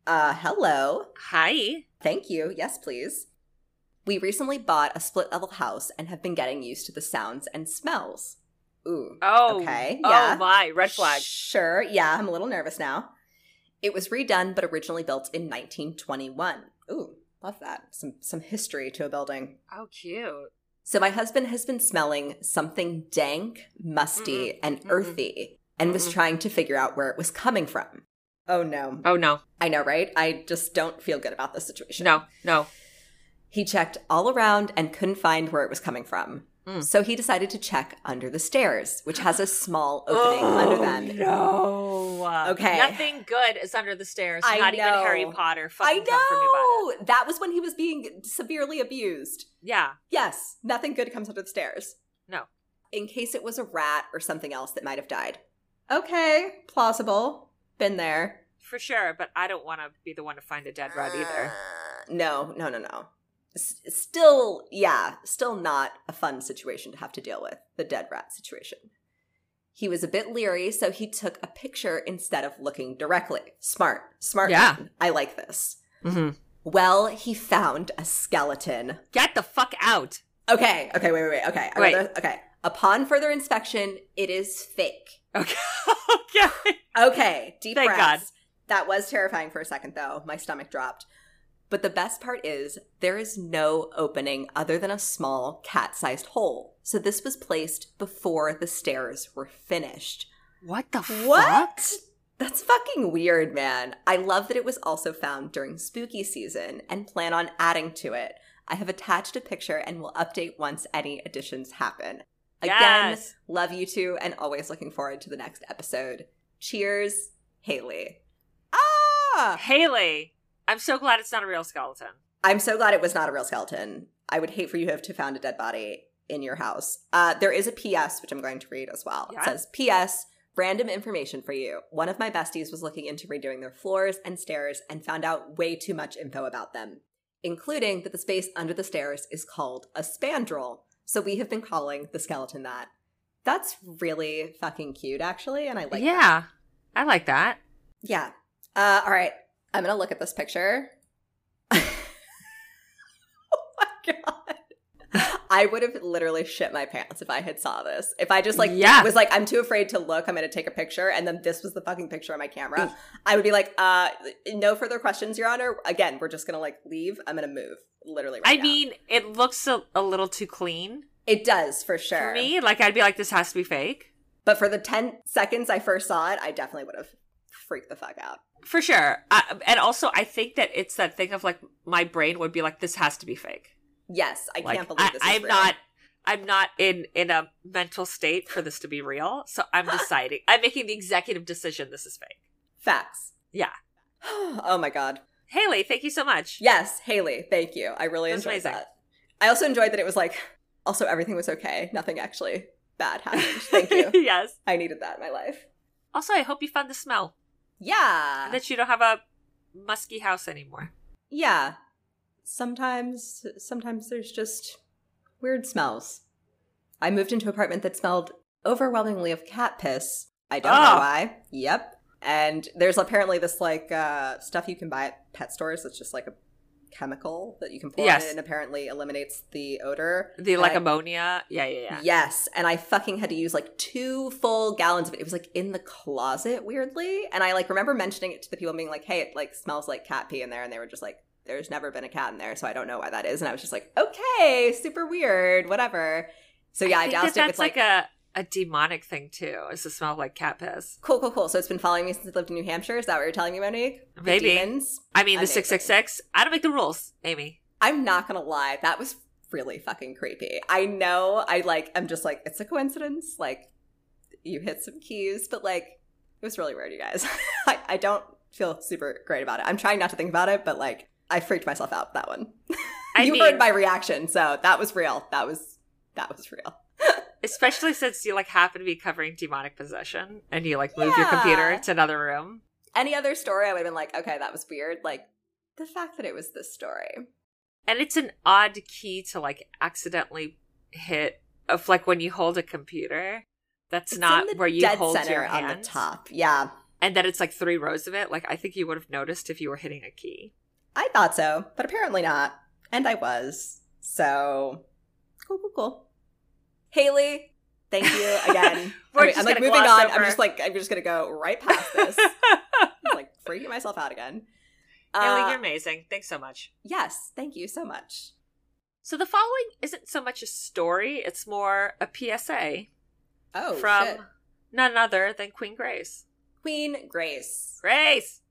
S2: Uh, hello.
S1: Hi.
S2: Thank you. Yes, please. We recently bought a split level house and have been getting used to the sounds and smells. Ooh.
S1: Oh.
S2: Okay, yeah.
S1: Oh my. Red flag.
S2: Sure. Yeah, I'm a little nervous now. It was redone, but originally built in 1921. Ooh, love that. Some some history to a building.
S1: Oh, cute.
S2: So my husband has been smelling something dank, musty, and
S1: mm-mm.
S2: earthy, and was
S1: Mm-mm.
S2: trying to figure out where it was coming from. Oh no.
S1: Oh no.
S2: I know, right? I just don't feel good about this situation.
S1: No. No.
S2: He checked all around and couldn't find where it was coming from.
S1: Mm.
S2: So he decided to check under the stairs, which has a small opening under them.
S1: Oh, No.
S2: Okay.
S1: Nothing good is under the stairs.
S2: I
S1: Not even
S2: know.
S1: Harry Potter.
S2: I
S1: Fucking come for me about it.
S2: know. That was when he was being severely abused.
S1: Yeah.
S2: Yes, nothing good comes under the stairs.
S1: No.
S2: In case it was a rat or something else that might have died. Okay, plausible. Been there.
S1: For sure, but I don't want to be the one to find a dead rat either.
S2: Uh, No, no, no, no. S- still, yeah, still not a fun situation to have to deal with the dead rat situation. He was a bit leery, so he took a picture instead of looking directly. Smart, smart.
S1: Yeah.
S2: man. I like this.
S1: Mm-hmm.
S2: Well, he found a skeleton.
S1: Get the fuck out.
S2: Okay, okay, wait, wait, wait. Okay, I
S1: Wait.
S2: rather- okay. Upon further inspection, it is fake.
S1: Okay. okay.
S2: Okay, deep
S1: Thank
S2: breaths. That was terrifying for a second, though. My stomach dropped. But the best part is there is no opening other than a small cat sized hole. So this was placed before the stairs were finished.
S1: What the
S2: What? That's fucking weird, man. I love that it was also found during spooky season and plan on adding to it. I have attached a picture and will update once any additions happen. Again,
S1: Yes.
S2: love you two and always looking forward to the next episode. Cheers, Haley. Ah!
S1: Haley, I'm so glad it's not a real skeleton.
S2: I'm so glad it was not a real skeleton. I would hate for you to have to found a dead body in your house. Uh, there is a PS, which I'm going to read as well.
S1: Yeah.
S2: It says, PS, random information for you. One of my besties was looking into redoing their floors and stairs and found out way too much info about them, including that the space under the stairs is called a spandrel. So we have been calling the skeleton that. That's really fucking cute, actually. And I like
S1: yeah. I like that.
S2: yeah. Uh, all right. I'm going to look at this picture. oh my God. I would have literally shit my pants if I had saw this. If I just like
S1: Yeah.
S2: was like, I'm too afraid to look. I'm going to take a picture, and then this was the fucking picture on my
S1: Mm.
S2: camera. I would be like, uh, no further questions, Your Honor. Again, we're just going to like leave. I'm going to move. Literally, right
S1: I
S2: now.
S1: mean, it looks a, a little too clean
S2: it does for sure.
S1: for me. Like I'd be like, this has to be fake.
S2: But for the 10 seconds I first saw it, I definitely would have freaked the fuck out.
S1: For sure. Uh, and also, I think that it's that thing of like my brain would be like, this has to be fake.
S2: Yes, I
S1: Like,
S2: can't believe this. is
S1: I'm
S2: real.
S1: not. I'm not in in a mental state for this to be real. So I'm deciding. I'm making the executive decision. This is fake.
S2: facts.
S1: Yeah.
S2: oh my god.
S1: Haley, thank you so much.
S2: Yes, Haley. Thank you. I really
S1: That was
S2: enjoyed
S1: amazing.
S2: that. I also enjoyed that it was like. Also, everything was okay. Nothing actually bad happened. Thank you.
S1: yes.
S2: I needed that in my life.
S1: Also, I hope you found the smell
S2: Yeah.
S1: and that you don't have a musky house anymore.
S2: yeah. Sometimes sometimes there's just weird smells. I moved into an apartment that smelled overwhelmingly of cat piss. I don't
S1: Ah.
S2: know why. Yep. And there's apparently this like uh stuff you can buy at pet stores that's just like a chemical that you can pour
S1: Yes.
S2: in and apparently eliminates the odor.
S1: The
S2: And
S1: like
S2: I-
S1: ammonia. Yeah, yeah, yeah.
S2: Yes, and I fucking had to use like two full gallons of it. It was like in the closet, weirdly, and I like remember mentioning it to the people, and being like, "Hey, it like smells like cat pee in there," and they were just like, "There's never been a cat in there, so I don't know why that is." And I was just like, "Okay, super weird, whatever." So yeah, I,
S1: think
S2: doused
S1: that
S2: it
S1: that's
S2: with like,
S1: a a demonic thing too. Is the smell of like cat piss?
S2: cool, cool, cool. So it's been following me since I lived in New Hampshire. Is that what you're telling me, Monique? The
S1: Maybe.
S2: demons.
S1: I mean, the
S2: Amazing.
S1: six six six. I don't make the rules, Amy.
S2: I'm not gonna lie, that was really fucking creepy. I know I like I'm just like, it's a coincidence, like you hit some keys, but like it was really weird, you guys. I, I don't feel super great about it. I'm trying not to think about it, but like I freaked myself out with that one.
S1: I
S2: you
S1: mean,
S2: heard my reaction, so that was real. That was that was real.
S1: especially since you like happen to be covering demonic possession and you like move your computer
S2: Yeah.
S1: to another room.
S2: Any other story I would have been like, okay, that was weird. Like the fact that it was this story.
S1: And it's an odd key to like accidentally hit of like when you hold a computer. That's
S2: It's
S1: not
S2: in the
S1: where you
S2: dead
S1: hold
S2: center
S1: your
S2: on
S1: hand.
S2: the top. Yeah.
S1: And that it's like three rows of it. Like I think you would have noticed if you were hitting a key.
S2: I thought so, but apparently not. And I was. So cool, cool, cool. Haley, thank you again.
S1: We're
S2: Anyway,
S1: just
S2: I'm like
S1: gonna
S2: moving
S1: gloss
S2: on. I'm
S1: over.
S2: just like I'm just gonna go right past this. I'm, like freaking myself out again.
S1: Haley,
S2: Uh,
S1: you're amazing. Thanks so much.
S2: yes, thank you so much.
S1: So the following isn't so much a story, it's more a PSA
S2: Oh,
S1: from
S2: shit.
S1: none other than Queen Grace.
S2: Queen Grace,
S1: Grace!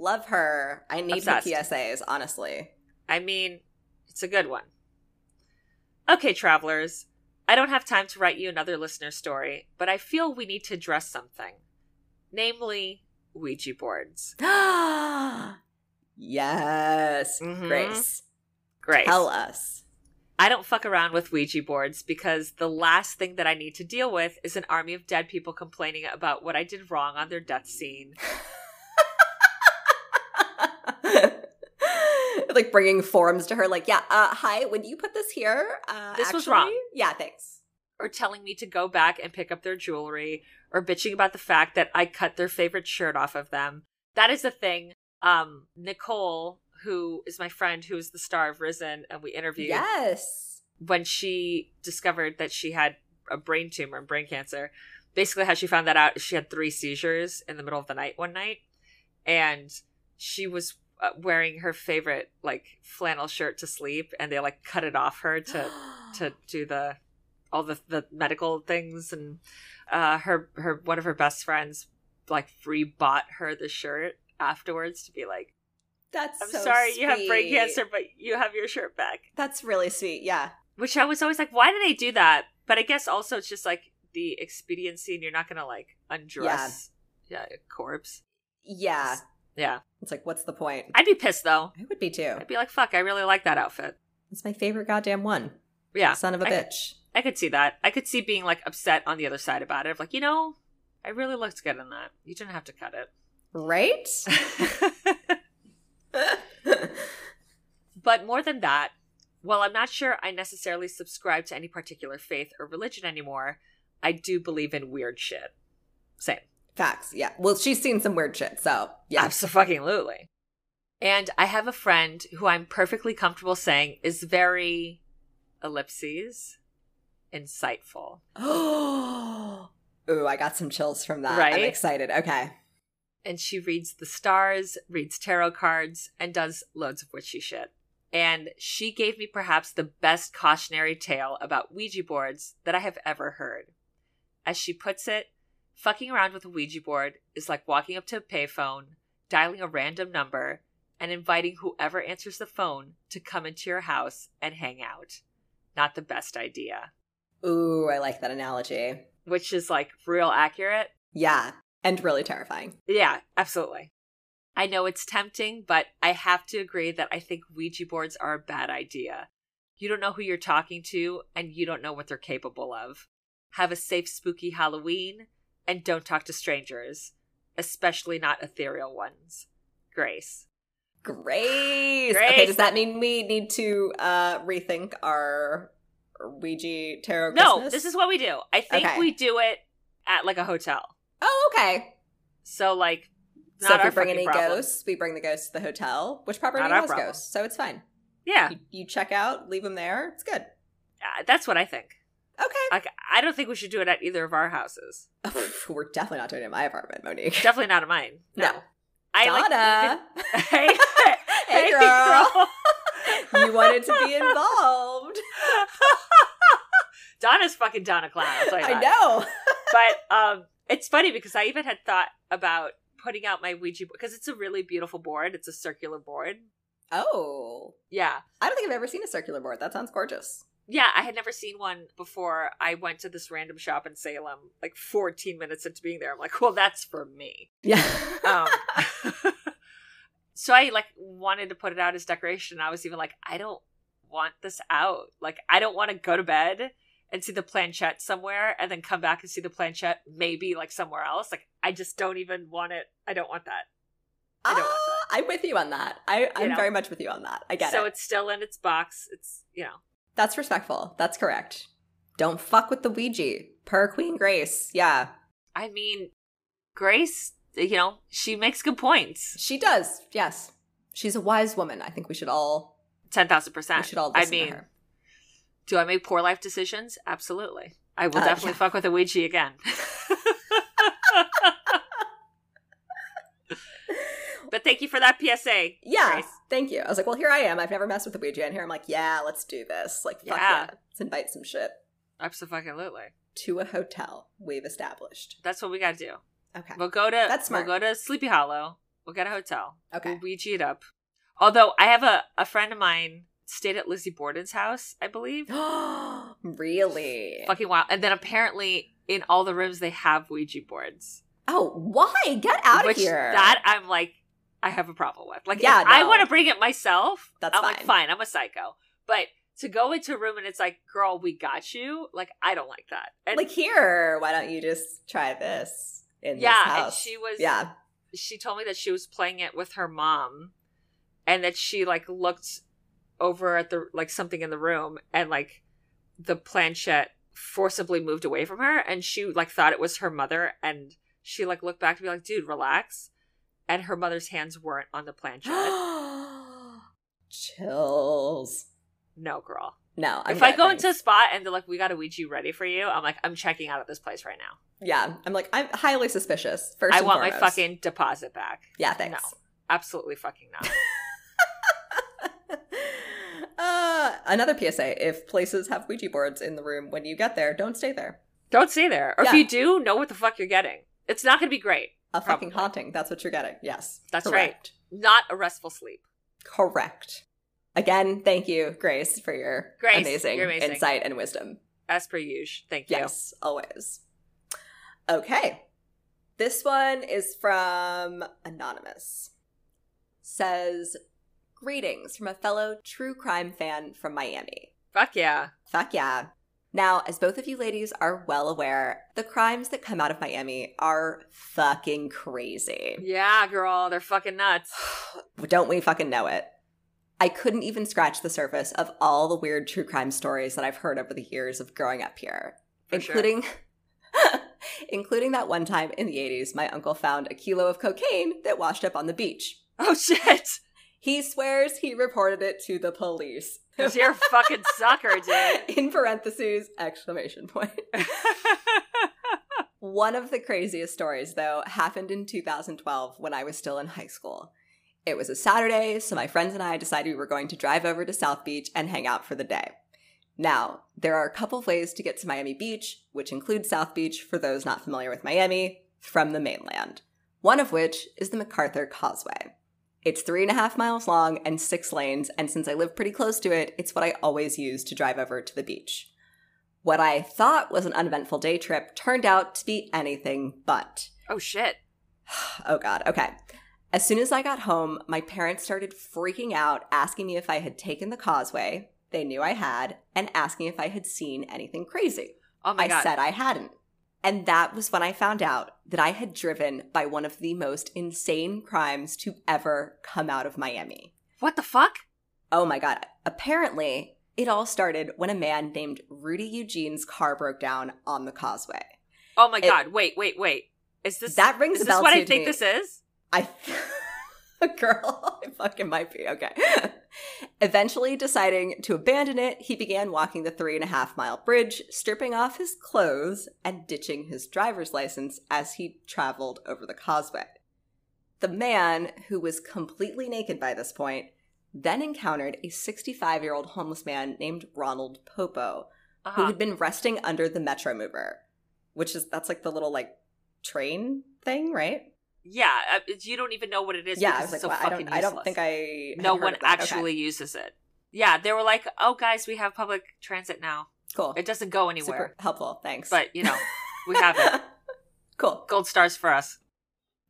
S2: love her. I need
S1: Obsessed.
S2: her PSAs, honestly.
S1: I mean, it's a good one. Okay, travelers, I don't have time to write you another listener story, but I feel we need to address something. Namely, Ouija boards.
S2: yes,
S1: Mhm.
S2: Grace,
S1: Grace.
S2: tell us.
S1: I don't fuck around with Ouija boards because the last thing that I need to deal with is an army of dead people complaining about what I did wrong on their death scene.
S2: like bringing forms to her like yeah uh hi when you put this here uh
S1: This was
S2: actually-
S1: wrong.
S2: yeah thanks
S1: or telling me to go back and pick up their jewelry or bitching about the fact that I cut their favorite shirt off of them. That is a thing. Um, Nicole, who is my friend who is the star of Risen and we interviewed
S2: yes
S1: when she discovered that she had a brain tumor and brain cancer, basically how she found that out is she had three seizures in the middle of the night one night and she was uh, wearing her favorite like flannel shirt to sleep and they like cut it off her to
S2: Oh.
S1: to do the all the the medical things and uh her her one of her best friends like free bought her the shirt afterwards to be like
S2: that's
S1: i'm
S2: so
S1: sorry you have brain
S2: sweet.
S1: cancer but you have your shirt back
S2: that's really sweet yeah
S1: which i was always like why do they do that but i guess also it's just like the expediency and you're not gonna like undress yeah, a corpse
S2: yeah
S1: yeah
S2: it's like what's the point
S1: i'd be pissed though
S2: i would be too
S1: i'd be like fuck i really like that outfit
S2: it's my favorite goddamn one
S1: yeah
S2: son of a
S1: I-
S2: bitch
S1: i could see that i could see being like upset on the other side about it of like you know i really looked good in that you didn't have to cut it
S2: right
S1: but more than that, while I'm not sure I necessarily subscribe to any particular faith or religion anymore, I do believe in weird shit. Same.
S2: facts yeah well she's seen some weird shit so yeah
S1: Absolutely. And I have a friend who I'm perfectly comfortable saying is very ellipses, insightful.
S2: Oh, ooh, I got some chills from that. I'm
S1: Right?
S2: excited. Okay.
S1: And she reads the stars, reads tarot cards, and does loads of witchy shit. And she gave me perhaps the best cautionary tale about Ouija boards that I have ever heard. As she puts it, fucking around with a Ouija board is like walking up to a payphone, dialing a random number, and inviting whoever answers the phone to come into your house and hang out. Not the best idea.
S2: Ooh, I like that analogy.
S1: Which is like real accurate.
S2: Yeah. And really terrifying.
S1: Yeah, absolutely. I know it's tempting, but I have to agree that I think Ouija boards are a bad idea. You don't know who you're talking to, and you don't know what they're capable of. Have a safe, spooky Halloween, and don't talk to strangers, especially not ethereal ones. Grace.
S2: Grace. Okay,
S1: Grace.
S2: does that mean we need to uh rethink our Ouija tarot?
S1: No,
S2: Christmas?
S1: this is what we do. I think
S2: Okay.
S1: we do it at like a hotel.
S2: Oh, okay.
S1: So, like, not
S2: so if
S1: our
S2: we bring
S1: fucking
S2: any
S1: problem.
S2: ghosts, we bring the ghosts to the hotel, which property
S1: Not our
S2: has
S1: problem.
S2: ghosts, so it's fine.
S1: Yeah,
S2: You, you check out, leave them there. It's good.
S1: uh, that's what I think.
S2: Okay.
S1: Like, I don't think we should do it at either of our houses.
S2: We're definitely not doing it in my apartment, Monique.
S1: Definitely not at mine.
S2: no.
S1: I like
S2: Donna,
S1: hey,
S2: Hey,
S1: hey,
S2: girl.
S1: girl.
S2: you wanted to be involved.
S1: Donna's fucking Donna Clown. I'll tell you
S2: I
S1: that.
S2: know.
S1: But um, it's funny because I even had thought about putting out my Ouija board because it's a really beautiful board. It's a circular board.
S2: Oh,
S1: Yeah.
S2: I don't think I've ever seen a circular board. That sounds gorgeous.
S1: Yeah, I had never seen one before. I went to this random shop in Salem like 14 minutes into being there. I'm like, well, that's for me.
S2: Yeah.
S1: Um, so I like wanted to put it out as decoration. I was even like, I don't want this out. Like, I don't want to go to bed and see the planchette somewhere and then come back and see the planchette maybe like somewhere else. Like, I just don't even want it. I don't want that. I don't want
S2: Ah, I'm with you on that. I, I'm
S1: know?
S2: very much with you on that. I get
S1: so
S2: it.
S1: it's still in its box. It's, you know,
S2: That's respectful. That's correct. Don't fuck with the Ouija. Per Queen Grace. Yeah.
S1: I mean, Grace, you know, she makes good points.
S2: She does. Yes. She's a wise woman. I think we should all we
S1: 10,000%.
S2: should all
S1: I
S2: listen
S1: mean,
S2: to her.
S1: do I make poor life decisions? Absolutely. I will
S2: Uh,
S1: definitely
S2: yeah.
S1: fuck with a Ouija again. but thank you for that PSA.
S2: Yeah.
S1: Grace.
S2: Thank you. I was like, well, here I am. I've never messed with the Ouija. And here I'm like, yeah, let's do this. Like, fuck
S1: Yeah.
S2: yeah. Let's invite some shit
S1: Absolutely.
S2: to a hotel we've established.
S1: That's what we got to do.
S2: Okay.
S1: We'll go to
S2: That's smart.
S1: We'll go to Sleepy Hollow. We'll get a hotel.
S2: Okay.
S1: We'll Ouija it up. Although I have a, a friend of mine stayed at Lizzie Borden's house, I believe.
S2: really?
S1: Fucking wild. And then apparently in all the rooms they have Ouija boards.
S2: Oh, why? Get out of
S1: which
S2: here.
S1: That I'm like, I have a problem with. Like,
S2: Yeah,
S1: if I
S2: no.
S1: want to bring it myself.
S2: That's
S1: I'm like,
S2: fine.
S1: fine. I'm a psycho, but to go into a room and it's like, girl, we got you. Like, I don't like that. And
S2: like here, why don't you just try this in
S1: Yeah,
S2: this
S1: and
S2: house?
S1: she was-
S2: yeah.
S1: she told me that she was playing it with her mom, and that she like looked over at the like something in the room, and like the planchette forcibly moved away from her, and she like thought it was her mother, and she like looked back to be like, dude, relax. And her mother's hands weren't on the planchette.
S2: Chills.
S1: no, girl.
S2: No, I'm
S1: if I
S2: good,
S1: go
S2: thanks.
S1: into a spot and they're like, "We got a Ouija ready for you," I'm like, "I'm checking out of this place right now.
S2: yeah, I'm like I'm highly suspicious. First,
S1: I
S2: and
S1: want my
S2: foremost.
S1: fucking deposit back.
S2: yeah. Thanks.
S1: Absolutely fucking not."
S2: uh, another PSA: If places have Ouija boards in the room when you get there, don't stay there.
S1: Don't stay there. Or
S2: Yeah.
S1: if you do, know what the fuck you're getting. It's not going to be great.
S2: A fucking
S1: Probably.
S2: haunting. That's what you're getting. Yes,
S1: That's
S2: Correct.
S1: Not a restful sleep.
S2: Correct. Again, thank you, Grace, for your
S1: Grace,
S2: amazing,
S1: you're amazing.
S2: insight and wisdom.
S1: As per usual. Thank you.
S2: Yes, always. Okay. This one is from Anonymous. Says, Greetings from a fellow true crime fan from Miami.
S1: Fuck yeah.
S2: Fuck yeah. Now, as both of you ladies are well aware, the crimes that come out of Miami are fucking crazy.
S1: Yeah, girl. They're fucking nuts.
S2: Don't we fucking know it? I couldn't even scratch the surface of all the weird true crime stories that I've heard over the years of growing up here,
S1: For sure.
S2: including including that one time in the 80s my uncle found a kilo of cocaine that washed up on the beach.
S1: Oh, shit.
S2: He swears he reported it to the police.
S1: Because you're a fucking sucker, dude.
S2: In parentheses, exclamation point. One of the craziest stories, though, happened in 2012 when I was still in high school. It was a Saturday, so my friends and I decided we were going to drive over to South Beach and hang out for the day. Now, there are a couple of ways to get to Miami Beach, which includes South Beach for those not familiar with Miami, from the mainland. One of which is the MacArthur Causeway. It's three and a half miles long and six lanes, and since I live pretty close to it, it's what I always use to drive over to the beach. What I thought was an uneventful day trip turned out to be anything but.
S1: oh shit.
S2: Oh God, okay. As soon as I got home, my parents started freaking out, asking me if I had taken the causeway. They knew I had, and asking if I had seen anything crazy.
S1: Oh my
S2: I
S1: god.
S2: said I hadn't. And that was when I found out that I had driven by one of the most insane crimes to ever come out of Miami.
S1: what the fuck?
S2: Oh my God. Apparently, it all started when a man named Rudy Eugene's car broke down on the causeway.
S1: Oh my
S2: It-
S1: god. Wait, wait, wait. Is this
S2: that rings
S1: is
S2: a
S1: this
S2: bell
S1: what
S2: to
S1: I think
S2: me.
S1: this is?
S2: I girl, it fucking might be. Okay. Eventually deciding to abandon it, he began walking the three and a half mile bridge, stripping off his clothes and ditching his driver's license as he traveled over the causeway. The man, who was completely naked by this point, then encountered a 65 year old homeless man named Ronald Popo, who
S1: Uh-huh.
S2: had been resting under the Metro Mover, which is that's like the little like train thing, right?
S1: Yeah, uh, you don't even know what it is.
S2: yeah, I
S1: because
S2: was like,
S1: it's so
S2: "Well, I
S1: fucking
S2: don't, I don't
S1: useless.
S2: think I. had
S1: no
S2: heard
S1: one
S2: of that." Okay,
S1: actually uses it. Yeah, they were like, "Oh, guys, we have public transit now.
S2: cool.
S1: It doesn't go anywhere,
S2: Super helpful. Thanks.
S1: but you know, we have it.
S2: cool.
S1: Gold stars for us."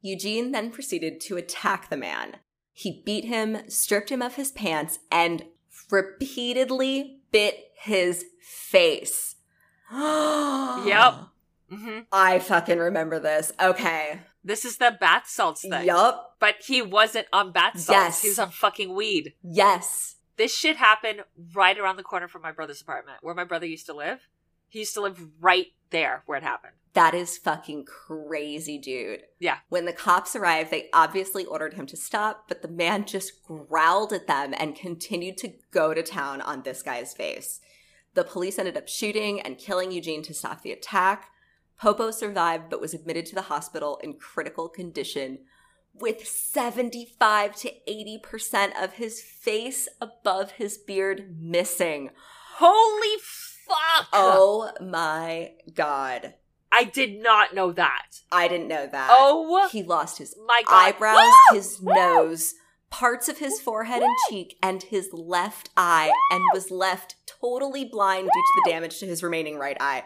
S2: Eugene then proceeded to attack the man. He beat him, stripped him of his pants, and repeatedly bit his face. yep.
S1: hmm
S2: I fucking remember this. Okay.
S1: This is the bath salts thing.
S2: Yup.
S1: But he wasn't on bath salts.
S2: Yes.
S1: He was on fucking weed.
S2: Yes.
S1: This shit happened right around the corner from my brother's apartment, where my brother used to live. He used to live right there where it happened.
S2: That is fucking crazy, dude.
S1: Yeah.
S2: When the cops arrived, they obviously ordered him to stop, but the man just growled at them and continued to go to town on this guy's face. The police ended up shooting and killing Eugene to stop the attack. Popo survived but was admitted to the hospital in critical condition with 75 to 80% of his face above his beard missing.
S1: Holy fuck!
S2: Oh my God.
S1: I did not know that.
S2: I didn't know that.
S1: Oh
S2: He lost his
S1: my god!
S2: eyebrows,
S1: Woo!
S2: his
S1: Woo!
S2: nose, parts of his forehead and cheek, and his left eye, and was left totally blind due to the damage to his remaining right eye.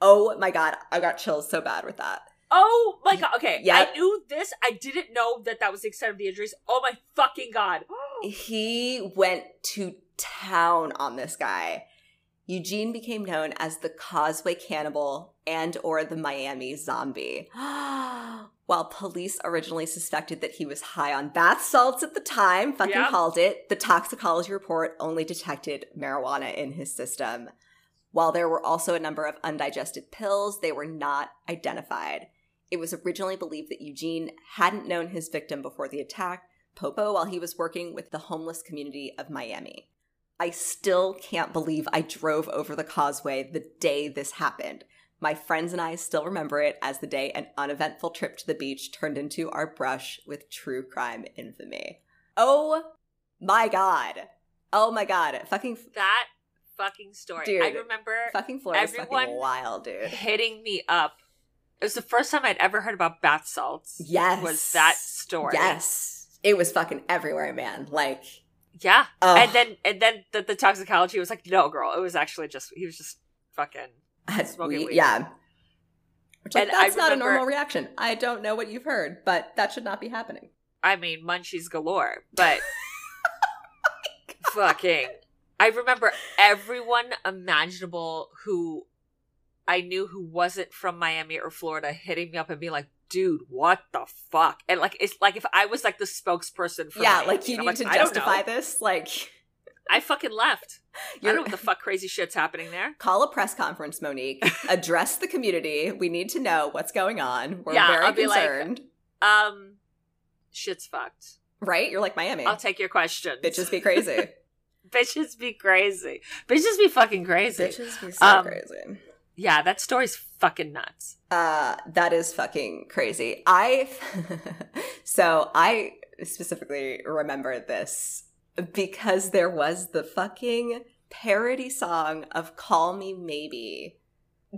S2: Oh my god, I got chills so bad with that.
S1: Oh my god. Okay.
S2: Yep.
S1: I knew this. I didn't know that that was the extent of the injuries. Oh my fucking god.
S2: He went to town on this guy. Eugene became known as the Causeway Cannibal and or the Miami Zombie. While police originally suspected that he was high on bath salts at the time, fucking
S1: Yep.
S2: called it, the toxicology report only detected marijuana in his system. While there were also a number of undigested pills, they were not identified. It was originally believed that Eugene hadn't known his victim before the attack, Popo, while he was working with the homeless community of Miami. I still can't believe I drove over the causeway the day this happened. My friends and I still remember it as the day an uneventful trip to the beach turned into our brush with true crime infamy. Oh my god. Oh my god. Fucking
S1: That fucking story. I
S2: Dude.
S1: remember
S2: fucking Florida's
S1: Everyone-
S2: fucking wild, dude.
S1: hitting me up. It was the first time I'd ever heard about bath salts.
S2: Yes.
S1: Was that story.
S2: Yes. It was fucking everywhere, man. Like
S1: Yeah.
S2: oh,
S1: And then and then the, the toxicology was like, no girl, it was actually just he was just fucking
S2: Had
S1: Smoking
S2: we-
S1: weed.
S2: Yeah. Which, like,
S1: And I
S2: that's not a
S1: remember-
S2: normal reaction. I don't know what you've heard, but that should not be happening.
S1: I mean, munchies galore, but
S2: Oh
S1: fucking. I remember everyone imaginable who I knew who wasn't from Miami or Florida hitting me up and being like, dude, what the fuck? And like, it's like if I was like the spokesperson for
S2: yeah,
S1: Miami,
S2: like you
S1: and I'm
S2: need to
S1: I don't
S2: justify
S1: know.
S2: this. Like
S1: I fucking left. I
S2: you're
S1: don't know what the fuck crazy shit's happening there.
S2: call a press conference, Monique. Address the community. We need to know what's going on. We're
S1: Yeah,
S2: very
S1: I'll be like-
S2: concerned.
S1: Um, shit's fucked.
S2: right? You're like Miami.
S1: I'll take your questions.
S2: Bitches be crazy.
S1: Bitches be crazy. Bitches be fucking crazy.
S2: Bitches be so
S1: Um,
S2: crazy.
S1: Yeah, that story's fucking nuts.
S2: Uh, that is fucking crazy. I so I specifically remember this because there was the fucking parody song of "Call Me Maybe."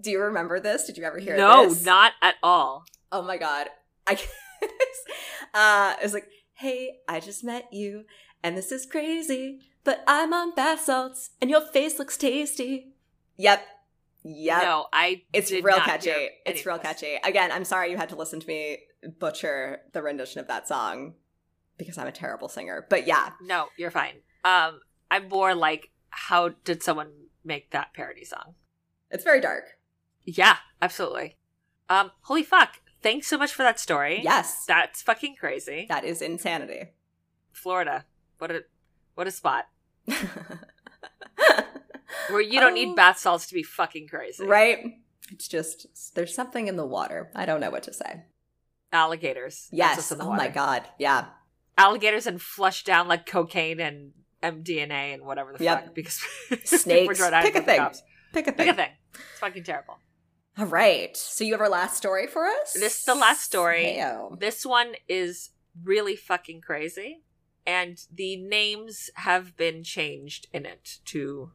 S2: Do you remember this? Did you ever hear
S1: No,
S2: this?
S1: not at all.
S2: Oh my god. I uh it was like, "Hey, I just met you and this is crazy, but I'm on bath salts and your face looks tasty." Yep. Yep.
S1: No, I.
S2: It's
S1: did
S2: real
S1: not
S2: catchy.
S1: hear any
S2: It's
S1: of
S2: real
S1: this.
S2: catchy. Again, I'm sorry you had to listen to me butcher the rendition of that song because I'm a terrible singer. But yeah,
S1: No, you're fine. Um, I'm more like, how did someone make that parody song?
S2: it's very dark.
S1: Yeah, absolutely. Um, holy fuck! Thanks so much for that story.
S2: Yes.
S1: that's fucking crazy.
S2: That is insanity.
S1: Florida, what a what a spot where you don't need bath salts to be fucking crazy.
S2: Um, right? It's just there's something in the water. I don't know what to say.
S1: Alligators. That's what's
S2: Yes.
S1: in the
S2: Oh my
S1: water.
S2: god. Yeah.
S1: Alligators and flush down like cocaine and MDNA and whatever the
S2: Yep.
S1: fuck. Because
S2: Snakes.
S1: Rhode Island
S2: Pick a
S1: with the
S2: thing.
S1: cops.
S2: Pick a thing.
S1: Pick a thing. It's fucking terrible.
S2: All right. So you have our last story for us?
S1: This is the last story.
S2: Heyo.
S1: This one is really fucking crazy, and the names have been changed in it to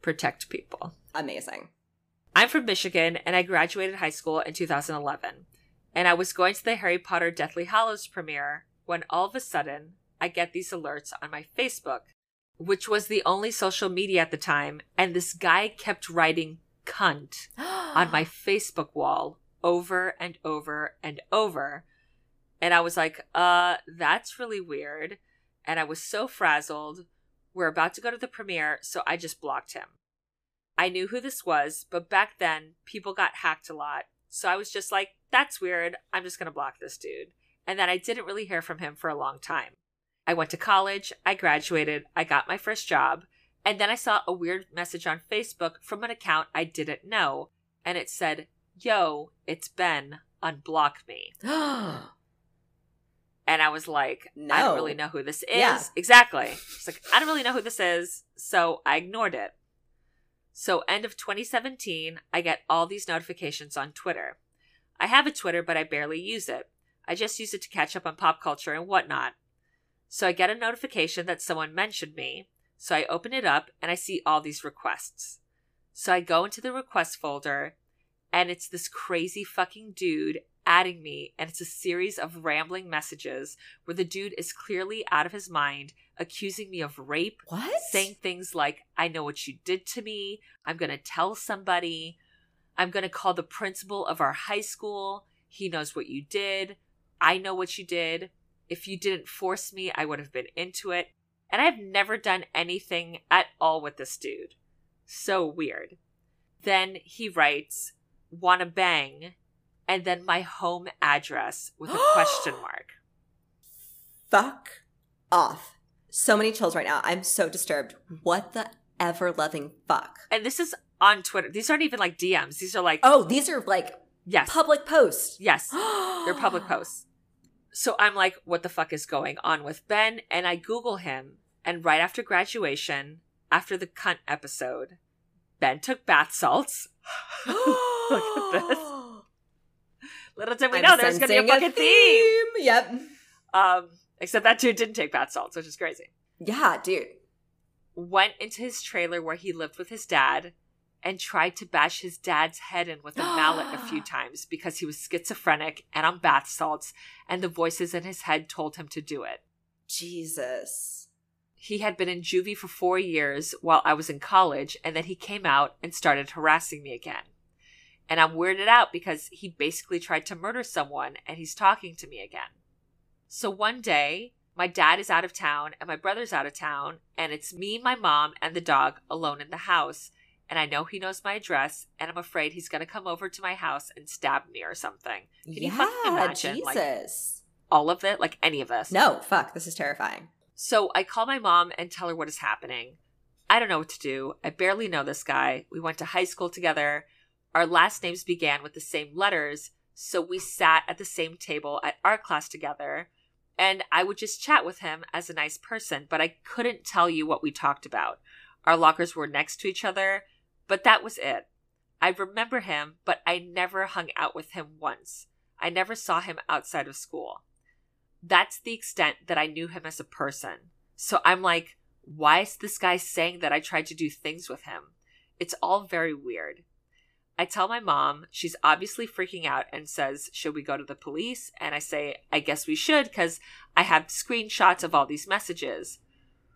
S1: protect people.
S2: Amazing.
S1: I'm from Michigan, and I graduated high school in 2011, and I was going to the Harry Potter Deathly Hallows premiere when all of a sudden I get these alerts on my Facebook, which was the only social media at the time, and this guy kept writing cunt on my Facebook wall over and over and over. And I was like, uh, that's really weird. And I was so frazzled. We're about to go to the premiere, so I just blocked him. I knew who this was, but back then people got hacked a lot. So I was just like, that's weird. I'm just going to block this dude. And then I didn't really hear from him for a long time. I went to college, I graduated, I got my first job, and then I saw a weird message on Facebook from an account I didn't know, and it said, Yo, it's Ben, unblock me. And I was like, I
S2: No.
S1: don't really know who this is.
S2: Yeah.
S1: Exactly. She's like, I don't really know who this is. So I ignored it. So, end of 2017, I get all these notifications on Twitter. I have a Twitter, but I barely use it. I just use it to catch up on pop culture and whatnot. So, I get a notification that someone mentioned me. So, I open it up and I see all these requests. So, I go into the request folder and it's this crazy fucking dude adding me. And it's a series of rambling messages where the dude is clearly out of his mind, accusing me of rape
S2: what?
S1: saying things like, I know what you did to me. I'm going to tell somebody. I'm going to call the principal of our high school. He knows what you did. I know what you did. If you didn't force me, I would have been into it. And I've never done anything at all with this dude. So weird. Then he writes, Wanna bang? And then my home address with a question mark.
S2: Fuck off. So many chills right now. I'm so disturbed. What the ever loving fuck?
S1: And this is on Twitter. These aren't even like DMs. These are like,
S2: Oh, these are like
S1: yes.
S2: public posts.
S1: yes.
S2: They're
S1: They're public posts. So I'm like, what the fuck is going on with Ben? And I Google him. And right after graduation, after the cunt episode, Ben took bath salts. Look at this. Little did we know there's going to be a fucking theme.
S2: Yep.
S1: Um, except that dude didn't take bath salts, which is crazy.
S2: Yeah, dude.
S1: Went into his trailer where he lived with his dad and tried to bash his dad's head in with a mallet a few times because he was schizophrenic and on bath salts, and the voices in his head told him to do it.
S2: Jesus.
S1: he had been in juvie for four years while I was in college, and then he came out and started harassing me again. And I'm weirded out because he basically tried to murder someone and he's talking to me again. So one day, my dad is out of town and my brother's out of town, and it's me, my mom, and the dog alone in the house. And I know he knows my address, and I'm afraid he's going to come over to my house and stab me or something. Can you
S2: yeah,
S1: fucking imagine? Like,
S2: Jesus.
S1: all of it? Like any of us?
S2: no, fuck. This is terrifying.
S1: So I call my mom and tell her what is happening. I don't know what to do. I barely know this guy. We went to high school together. Our last names began with the same letters, so we sat at the same table at our class together. and I would just chat with him as a nice person, but I couldn't tell you what we talked about. Our lockers were next to each other, but that was it. I remember him, but I never hung out with him once. I never saw him outside of school. That's the extent that I knew him as a person. So I'm like, why is this guy saying that I tried to do things with him? It's all very weird. I tell my mom, she's obviously freaking out and says, Should we go to the police? And I say, I guess we should because I have screenshots of all these messages.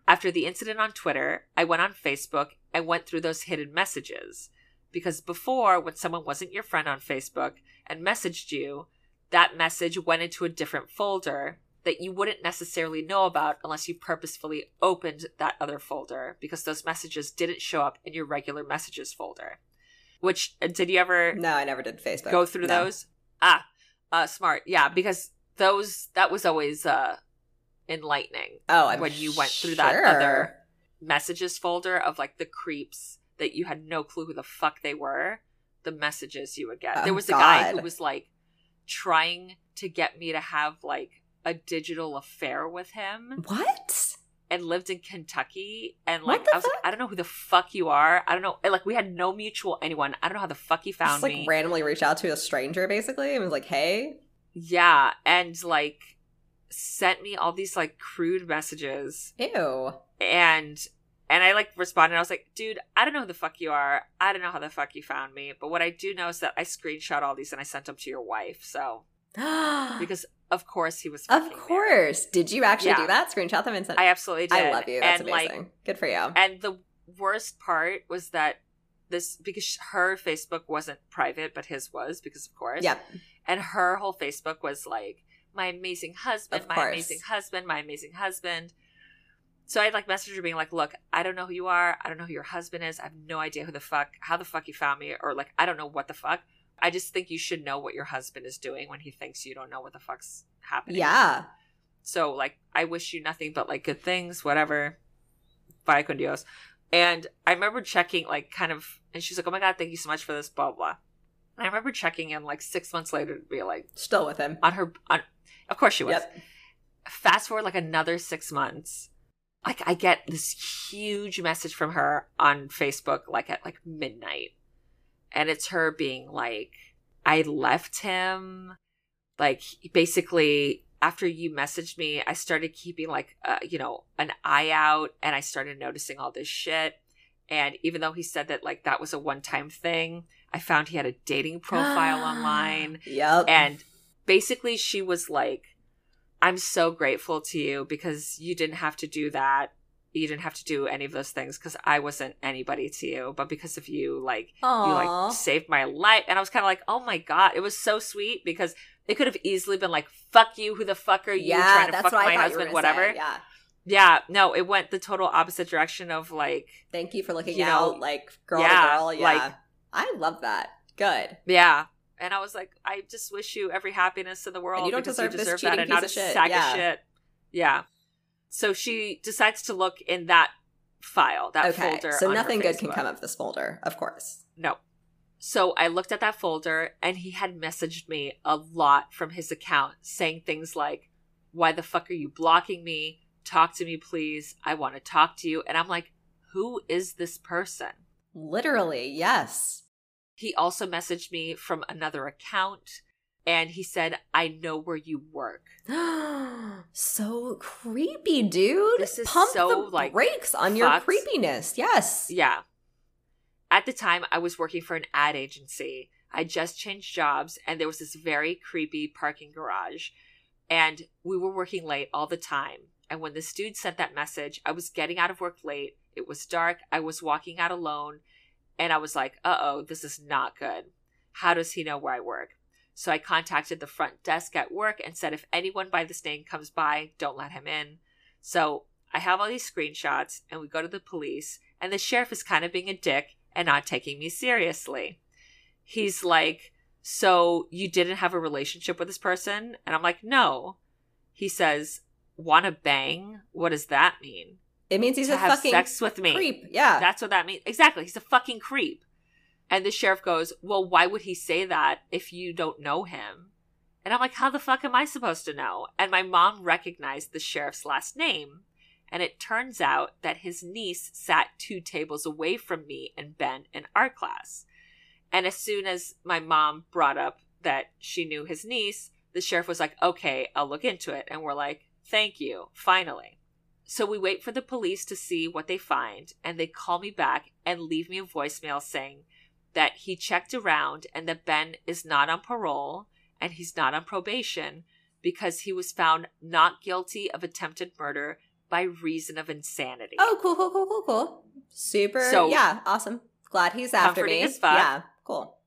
S1: After the incident on Twitter, I went on Facebook and went through those hidden messages. Because before, when someone wasn't your friend on Facebook and messaged you, that message went into a different folder that you wouldn't necessarily know about unless you purposefully opened that other folder because those messages didn't show up in your regular messages folder. Which did you ever
S2: No, I never did Facebook.
S1: go through
S2: No.
S1: those? Ah, uh, smart. Yeah, because those that was always uh, enlightening
S2: Oh, I'm
S1: when you went through that
S2: sure.
S1: other- messages folder of like the creeps that you had no clue who the fuck they were. The messages you would get.
S2: Oh,
S1: there was a guy who
S2: God.
S1: was like trying to get me to have like a digital affair with him
S2: What?
S1: and lived in Kentucky. And
S2: What
S1: like,
S2: the
S1: I was like, I don't know who the fuck you are. I don't know. and, Like, we had no mutual anyone. I don't know how the fuck he found
S2: Just like
S1: me.
S2: randomly reach out to a stranger basically and was like, hey.
S1: yeah. And like, sent me all these like crude messages
S2: Ew.
S1: and and I like responded. I was like, dude, I don't know who the fuck you are. I don't know how the fuck you found me. But what I do know is that I screenshot all these and I sent them to your wife. So
S2: because
S1: because of course he was.
S2: Of
S1: fucking there.
S2: course. Did you actually
S1: Yeah.
S2: do that? Screenshot them and send
S1: I absolutely did.
S2: I love you. That's
S1: and
S2: amazing.
S1: like,
S2: Good for you.
S1: and the worst part was that this because her Facebook wasn't private, but his was because of course.
S2: Yep.
S1: And her whole Facebook was like, my amazing husband,
S2: Of
S1: my
S2: course.
S1: amazing husband, my amazing husband. So I like messaged her being like, look, I don't know who you are. I don't know who your husband is. I have no idea who the fuck, how the fuck you found me, or like, I don't know what the fuck. I just think you should know what your husband is doing when he thinks you don't know what the fuck's happening.
S2: Yeah.
S1: So like, I wish you nothing but like good things, whatever. Bye, con Dios. And I remember checking like kind of, and she's like, oh my God, thank you so much for this, blah, blah. And I remember checking in like six months later to be like,
S2: Still with him.
S1: on her on of course she was
S2: Yep.
S1: fast forward like another six months like i get this huge message from her on facebook like at like midnight and it's her being like i left him like he- basically after you messaged me i started keeping like uh, you know an eye out and i started noticing all this shit and even though he said that like that was a one time thing i found he had a dating profile online
S2: Yep.
S1: and basically, she was like, I'm so grateful to you because you didn't have to do that. You didn't have to do any of those things because I wasn't anybody to you. But because of you, like, you
S2: Aw.
S1: like saved my life. And I was kind of like, oh my God. It was so sweet because it could have easily been like, fuck you. Who the fuck are you
S2: yeah,
S1: trying to
S2: that's
S1: fuck
S2: what
S1: my
S2: I thought you were
S1: husband?
S2: gonna say.
S1: Whatever. Yeah.
S2: Yeah.
S1: No, it went the total opposite direction of like,
S2: Thank you for looking
S1: You know,
S2: out, like girl
S1: yeah,
S2: to girl. Yeah.
S1: like-
S2: I love that. Good.
S1: yeah. And I was like, I just wish you every happiness in the world.
S2: And you don't
S1: because
S2: deserve
S1: you
S2: this
S1: deserve that
S2: cheating
S1: and not a
S2: piece of shit.
S1: sack
S2: Yeah.
S1: of shit. Yeah. So she decides to look in that file, that
S2: okay.
S1: folder.
S2: So
S1: on her
S2: nothing good can
S1: Facebook.
S2: come of this folder, of course.
S1: No. So I looked at that folder and he had messaged me a lot from his account saying things like, Why the fuck are you blocking me? Talk to me, please. I want to talk to you. And I'm like, Who is this person?
S2: Literally, yes.
S1: He also messaged me from another account and he said, I know where you work.
S2: so creepy, dude.
S1: This is
S2: Pump
S1: so,
S2: the
S1: like,
S2: brakes on your
S1: fucked.
S2: creepiness. Yes.
S1: Yeah. At the time, I was working for an ad agency. I just changed jobs, and there was this very creepy parking garage. And we were working late all the time. And when this dude sent that message, I was getting out of work late. It was dark. I was walking out alone. And I was like, uh oh, this is not good. How does he know where I work? So I contacted the front desk at work and said, if anyone by this name comes by, don't let him in. So I have all these screenshots, and we go to the police, and the sheriff is kind of being a dick and not taking me seriously. He's like, So you didn't have a relationship with this person? And I'm like, No. He says, Wanna bang? What does that mean?
S2: It means he's
S1: to
S2: a
S1: have
S2: fucking
S1: sex with me.
S2: creep. Yeah.
S1: That's what that means. Exactly. He's a fucking creep. And the sheriff goes, Well, why would he say that if you don't know him? And I'm like, how the fuck am I supposed to know? And my mom recognized the sheriff's last name. And it turns out that his niece sat two tables away from me and Ben in art class. And as soon as my mom brought up that she knew his niece, the sheriff was like, okay, I'll look into it. And we're like, thank you, finally. So we wait for the police to see what they find, and they call me back and leave me a voicemail saying that he checked around and that Ben is not on parole and he's not on probation because he was found not guilty of attempted murder by reason of insanity.
S2: Oh, cool, cool, cool, cool, cool. Super.
S1: So-
S2: yeah, awesome. Glad he's after
S1: Comforting
S2: me.
S1: as fuck.
S2: Yeah, cool.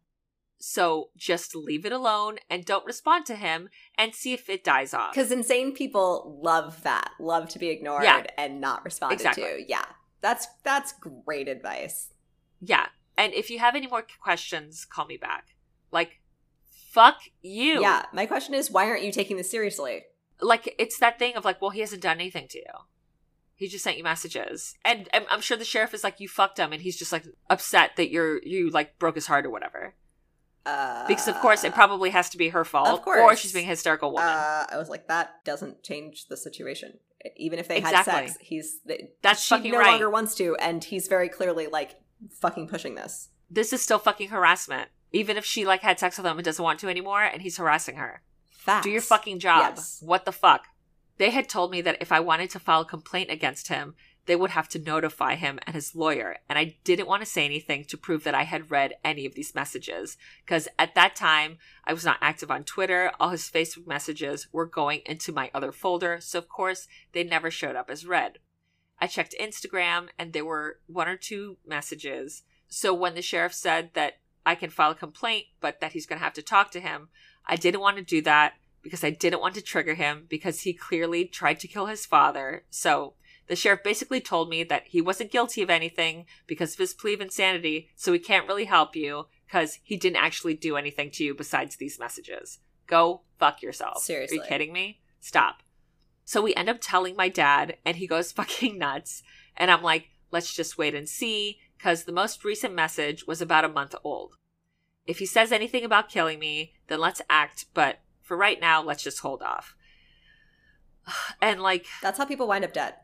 S1: So just leave it alone and don't respond to him and see if it dies off.
S2: Because insane people love that, love to be ignored
S1: Yeah.
S2: and not responded
S1: Exactly.
S2: to. Yeah, that's that's great advice.
S1: Yeah. And if you have any more questions, call me back. Like, fuck you.
S2: Yeah, my question is, why aren't you taking this seriously?
S1: Like, it's that thing of like, well, he hasn't done anything to you. He just sent you messages. And I'm, I'm sure the sheriff is like, you fucked him. And he's just like upset that you're, you like broke his heart or whatever.
S2: Uh,
S1: Because, of course, it probably has to be her fault.
S2: of course.
S1: Or she's being a hysterical woman.
S2: Uh, I was like, that doesn't change the situation. Even if they had
S1: Exactly.
S2: sex, he's th-
S1: That's
S2: she
S1: fucking
S2: no
S1: right.
S2: longer wants to, and he's very clearly like fucking pushing this.
S1: this is still fucking harassment. Even if she like had sex with him and doesn't want to anymore and he's harassing her.
S2: Facts.
S1: Do your fucking job.
S2: Yes.
S1: What the fuck? They had told me that if I wanted to file a complaint against him, they would have to notify him and his lawyer. And I didn't want to say anything to prove that I had read any of these messages. Because at that time, I was not active on Twitter. All his Facebook messages were going into my other folder. So, of course, they never showed up as read. I checked Instagram and there were one or two messages. So, when the sheriff said that I can file a complaint, but that he's going to have to talk to him, I didn't want to do that because I didn't want to trigger him because he clearly tried to kill his father. So the sheriff basically told me that he wasn't guilty of anything because of his plea of insanity, so he can't really help you because he didn't actually do anything to you besides these messages. Go fuck yourself. Are
S2: Seriously.
S1: you kidding me? Stop. So we end up telling my dad, and he goes fucking nuts. And I'm like, let's just wait and see because the most recent message was about a month old. If he says anything about killing me, then let's act, but for right now, let's just hold off. And like,
S2: That's how people wind up dead.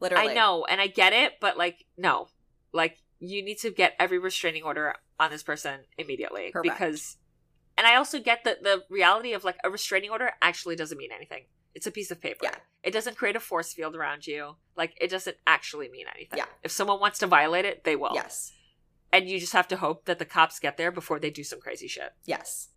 S2: Literally.
S1: I know, and I get it, but like, no. Like, you need to get every restraining order on this person immediately.
S2: Correct.
S1: Because, and I also get the, the reality of like a restraining order actually doesn't mean anything. It's a piece of paper.
S2: Yeah.
S1: It doesn't create a force field around you. Like, it doesn't actually mean anything.
S2: Yeah.
S1: If someone wants to violate it, they will.
S2: Yes.
S1: And you just have to hope that the cops get there before they do some crazy shit
S2: Yes.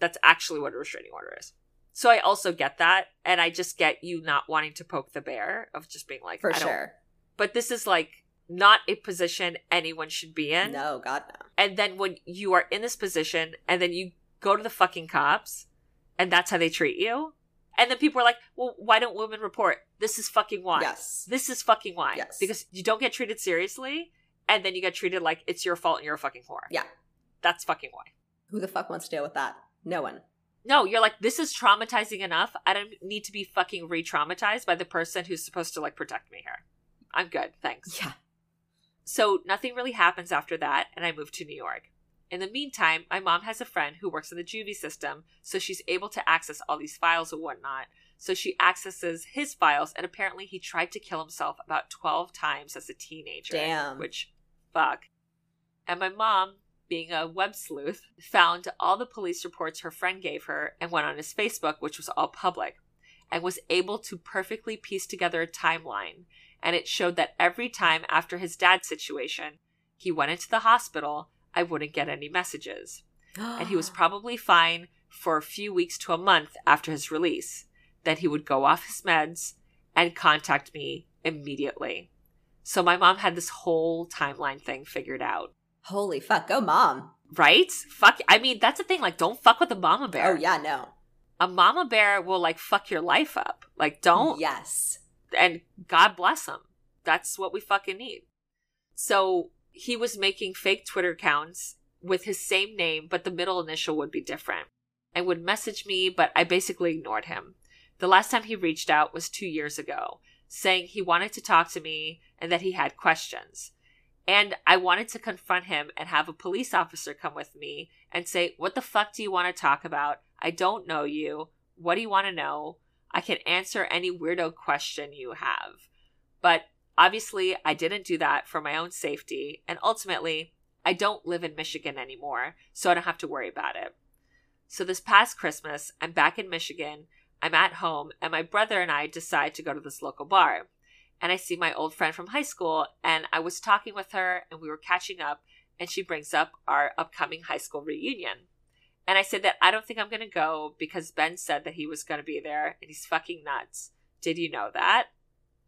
S1: that's actually what a restraining order is. So I also get that, and I just get you not wanting to poke the bear of just being like,
S2: For
S1: I Don't.
S2: sure.
S1: But this is like not a position anyone should be in.
S2: No, God no.
S1: And then when you are in this position, and then you go to the fucking cops, and that's how they treat you. And then people are like, well, why don't women report? This is fucking why.
S2: Yes.
S1: This is fucking why.
S2: Yes.
S1: Because you don't get treated seriously, and then you get treated like it's your fault and you're a fucking whore.
S2: Yeah.
S1: That's fucking why.
S2: Who the fuck wants to deal with that? No one.
S1: No, you're like, this is traumatizing enough. I don't need to be fucking re traumatized by the person who's supposed to like protect me here. I'm good. Thanks.
S2: Yeah.
S1: So nothing really happens after that, and I move to New York. In the meantime, my mom has a friend who works in the juvie system, so she's able to access all these files and whatnot. So she accesses his files, and apparently he tried to kill himself about 12 times as a teenager.
S2: Damn.
S1: Which, fuck. And my mom, being a web sleuth, found all the police reports her friend gave her and went on his Facebook, which was all public, and was able to perfectly piece together a timeline. And it showed that every time after his dad's situation, he went into the hospital, I wouldn't get any messages. And
S2: Ah.
S1: he was probably fine for a few weeks to a month after his release. Then he would go off his meds and contact me immediately. So my mom had this whole timeline thing figured out.
S2: Holy fuck. Go mom.
S1: Right? Fuck. I mean, that's the thing. Like, don't fuck with a mama bear.
S2: Oh yeah, no.
S1: A mama bear will like fuck your life up. Like, don't.
S2: Yes.
S1: And God bless him. That's what we fucking need. So he was making fake Twitter accounts with his same name, but the middle initial would be different and would message me, but I basically ignored him. The last time he reached out was two years ago, saying he wanted to talk to me and that he had questions. And I wanted to confront him and have a police officer come with me and say, What the fuck do you want to talk about? I don't know you. What do you want to know? I can answer any weirdo question you have. But obviously, I didn't do that for my own safety, and ultimately, I don't live in Michigan anymore, so I don't have to worry about it. So this past Christmas, I'm back in Michigan, I'm at home, and my brother and I decide to go to this local bar. And I see my old friend from high school, and I was talking with her, and we were catching up, and she brings up our upcoming high school reunion. And I said that I don't think I'm going to go because Ben said that he was going to be there and he's fucking nuts. Did you know that?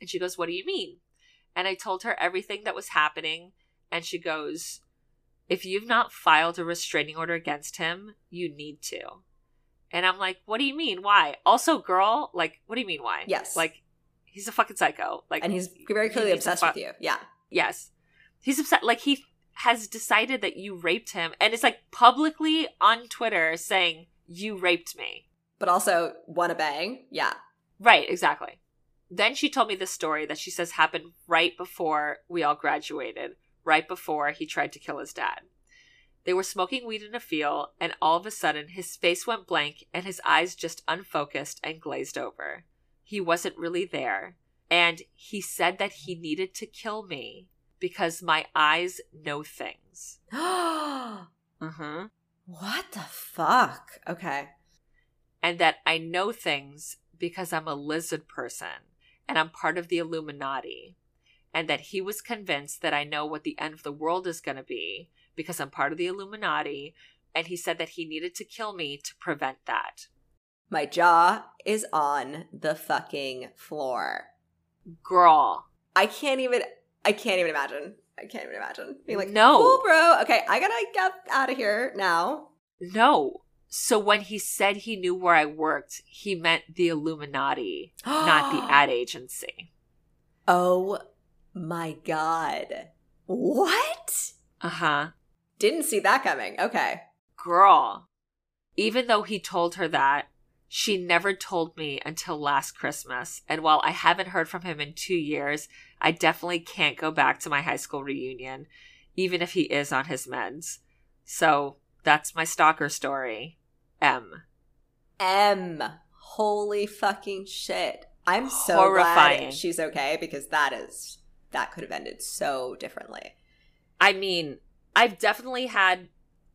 S1: And she goes, What do you mean? And I told her everything that was happening. And she goes, If you've not filed a restraining order against him, you need to. And I'm like, What do you mean? Why? Also, girl, like, what do you mean? Why?
S2: Yes.
S1: Like, he's a fucking psycho. Like,
S2: and he's very
S1: he
S2: clearly
S1: needs to
S2: obsessed
S1: fi-
S2: with you. Yeah.
S1: Yes. He's upset. Like, he has decided that you raped him. And it's like publicly on Twitter saying, You raped me.
S2: But also want to bang. Yeah.
S1: Right, exactly. Then she told me this story that she says happened right before we all graduated, right before he tried to kill his dad. They were smoking weed in a field, and all of a sudden his face went blank and his eyes just unfocused and glazed over. He wasn't really there. And he said that he needed to kill me because my eyes know things. Mm-hmm.
S2: what the fuck? Okay.
S1: and that I know things because I'm a lizard person and I'm part of the Illuminati, and that he was convinced that I know what the end of the world is going to be because I'm part of the Illuminati, and he said that he needed to kill me to prevent that.
S2: My jaw is on the fucking floor.
S1: Girl,
S2: I can't even. I can't even imagine. I can't even imagine being like,
S1: No.
S2: cool, bro. Okay, I gotta get out of here now.
S1: no. So when he said he knew where I worked, he meant the Illuminati, not the ad agency.
S2: Oh my god. What?
S1: Uh huh.
S2: Didn't see that coming. Okay.
S1: girl, even though he told her that, she never told me until last Christmas. And while I haven't heard from him in two years, I definitely can't go back to my high school reunion, even if he is on his meds. So that's my stalker story. M.
S2: M. Holy fucking shit. I'm so
S1: Horrifying.
S2: glad she's okay because that is that could have ended so differently.
S1: I mean, I've definitely had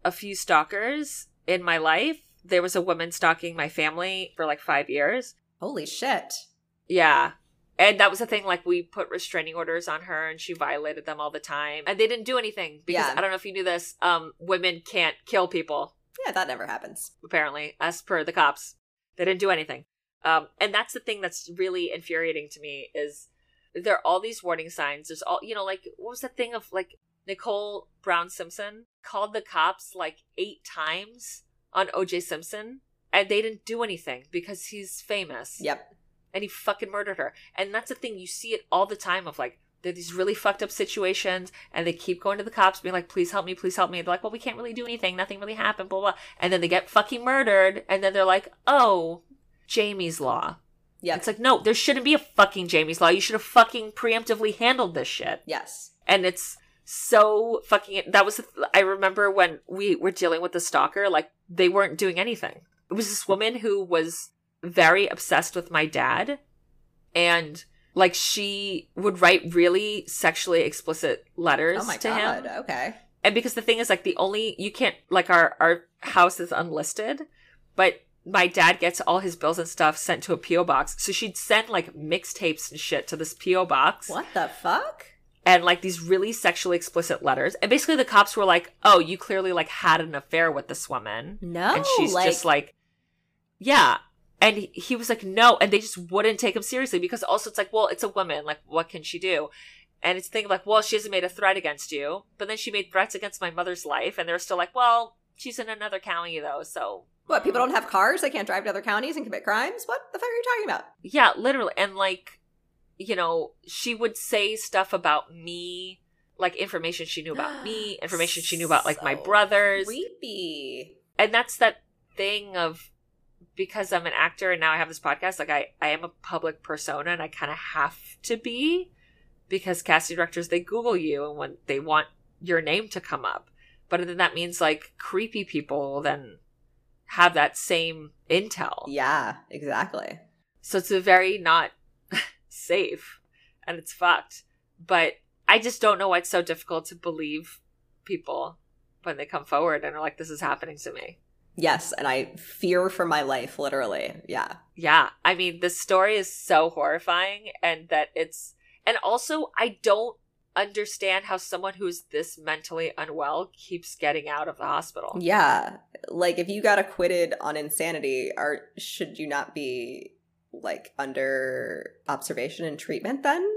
S1: a few stalkers in my life. There was a woman stalking my family for like five years.
S2: Holy shit.
S1: Yeah. And that was the thing, like we put restraining orders on her and she violated them all the time. And they didn't do anything because
S2: Yeah.
S1: I don't know if you knew this, um, women can't kill people,
S2: Yeah, that never happens.
S1: apparently, as per the cops. They didn't do anything. Um, and that's the thing that's really infuriating to me is there are all these warning signs. There's all you know, like what was that thing of like Nicole Brown Simpson called the cops like eight times on OJ Simpson and they didn't do anything because he's famous
S2: Yep.
S1: and he fucking murdered her. And that's the thing you see it all the time of like there are these really fucked up situations and they keep going to the cops being like please help me please help me they're like well we can't really do anything nothing really happened blah blah and then they get fucking murdered and then they're like oh Jamie's law
S2: Yep.
S1: it's like no there shouldn't be a fucking Jamie's law you should have fucking preemptively handled this shit
S2: yes.
S1: and it's so fucking that was i remember when we were dealing with the stalker like they weren't doing anything it was this woman who was very obsessed with my dad and like she would write really sexually explicit letters
S2: Oh my
S1: to
S2: god.
S1: him
S2: Okay.
S1: and because the thing is like the only you can't like our our house is unlisted but my dad gets all his bills and stuff sent to a po box so she'd send like mixtapes and shit to this po box
S2: What the fuck?
S1: and like these really sexually explicit letters. And basically the cops were like, "Oh, you clearly like had an affair with this woman."
S2: No.
S1: and she's just like, "Yeah." And he- he was like, "No," and they just wouldn't take him seriously because also it's like, "Well, it's a woman. Like what can she do?" And it's thinking like, "Well, she hasn't made a threat against you." But then she made threats against my mother's life and they're still like, "Well, she's in another county though." So
S2: what? People don't have cars. They can't drive to other counties and commit crimes. What the fuck are you talking about?
S1: Yeah, literally. And like, you know, she would say stuff about me, like information she knew about me, information she knew about like my
S2: So
S1: brothers.
S2: Creepy.
S1: And that's that thing of because I'm an actor and now I have this podcast, like I, I am a public persona and I kind of have to be because casting directors, they Google you and when they want your name to come up. But then that means like creepy people, then have that same intel.
S2: Yeah, exactly.
S1: So it's a very not safe and it's fucked. But I just don't know why it's so difficult to believe people when they come forward and are like, this is happening to me.
S2: Yes, and I fear for my life, literally. Yeah.
S1: Yeah. I mean, this story is so horrifying and that it's. And also, I don't understand how someone who's this mentally unwell keeps getting out of the hospital.
S2: Yeah. Like if you got acquitted on insanity, are should you not be like under observation and treatment then?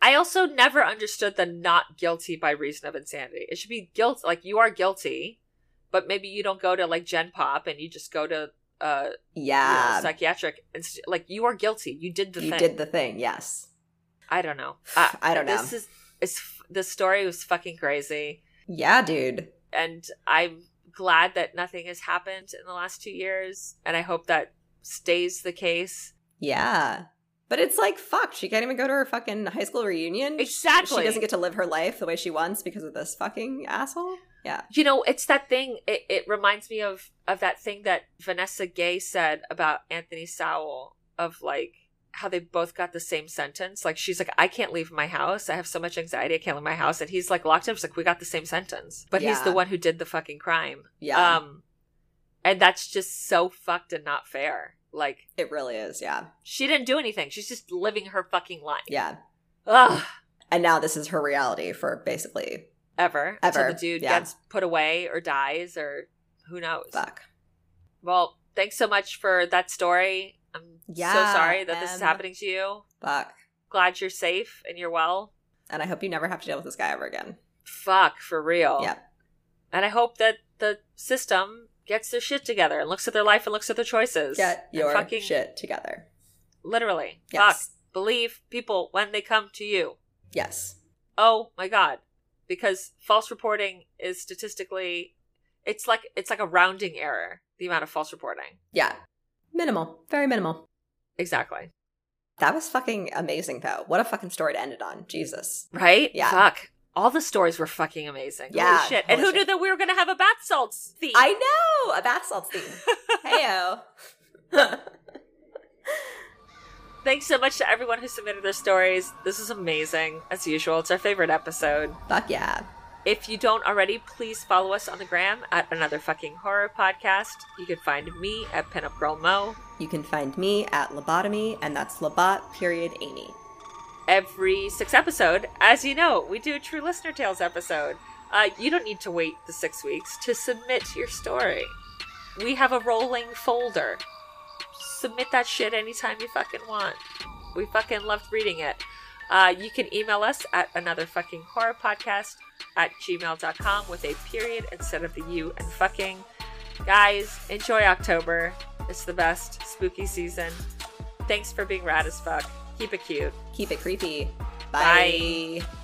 S1: I also never understood the not guilty by reason of insanity. It should be guilt like you are guilty, but maybe you don't go to like Gen Pop and you just go to uh
S2: Yeah.
S1: you know, psychiatric and like you are guilty. You did the
S2: you
S1: thing.
S2: did the thing. Yes.
S1: I don't know.
S2: I don't know.
S1: This is it's the story was fucking crazy.
S2: Yeah, dude.
S1: and I'm glad that nothing has happened in the last two years, and I hope that stays the case.
S2: Yeah. But it's like fuck, she can't even go to her fucking high school reunion. She-
S1: Exactly.
S2: She doesn't get to live her life the way she wants because of this fucking asshole. Yeah.
S1: You know, it's that thing. It, it reminds me of of that thing that Vanessa Gay said about Anthony Sowell of like how they both got the same sentence. Like she's like, I can't leave my house. I have so much anxiety. I can't leave my house. And he's like locked up. It's like we got the same sentence, but he's
S2: Yeah.
S1: the one who did the fucking crime.
S2: Yeah.
S1: Um, and that's just so fucked and not fair. Like
S2: it really is. Yeah.
S1: she didn't do anything. She's just living her fucking life.
S2: Yeah.
S1: Ugh.
S2: And now this is her reality for basically
S1: Ever.
S2: Ever,
S1: Until the dude
S2: yeah.
S1: gets put away or dies or who knows.
S2: fuck.
S1: Well, thanks so much for that story. I'm so
S2: Yeah, um,
S1: sorry that this is
S2: Em.
S1: happening to you.
S2: Fuck.
S1: Glad you're safe and you're well.
S2: And I hope you never have to deal with this guy ever again.
S1: Fuck, for real.
S2: Yeah.
S1: And I hope that the system gets their shit together and looks at their life and looks at their choices.
S2: Get
S1: And
S2: your
S1: fucking,
S2: shit together.
S1: Literally. Fuck.
S2: Yes.
S1: Believe people when they come to you.
S2: Yes.
S1: oh my god because false reporting is statistically it's like it's like a rounding error the amount of false reporting
S2: Yeah. Minimal. Very minimal.
S1: exactly
S2: That was fucking amazing though. What a fucking story to end it on. Jesus.
S1: right
S2: Yeah.
S1: fuck all the stories were fucking amazing
S2: Yeah,
S1: holy shit and
S2: holy
S1: who knew
S2: shit.
S1: that we were gonna have a bath salts theme
S2: I know! A bath salts theme. Heyo.
S1: thanks so much to everyone who submitted their stories this is amazing as usual it's our favorite episode
S2: Fuck yeah.
S1: If you don't already, please follow us on the gram at another fucking horror podcast. You can find me at Pinup Girl Mo.
S2: You can find me at Lobotomy, and that's Lobot period Amy.
S1: every six episode. As you know, we do a True Listener Tales episode. Uh, you don't need to wait the six weeks to submit your story. We have a rolling folder. Submit that shit anytime you fucking want. We fucking loved reading it. Uh, you can email us at another fucking horror podcast at gmail.com with a period instead of the U and fucking. Guys, enjoy October. It's the best spooky season. Thanks for being rad as fuck. Keep it cute.
S2: Keep it creepy.
S1: Bye.
S2: Bye.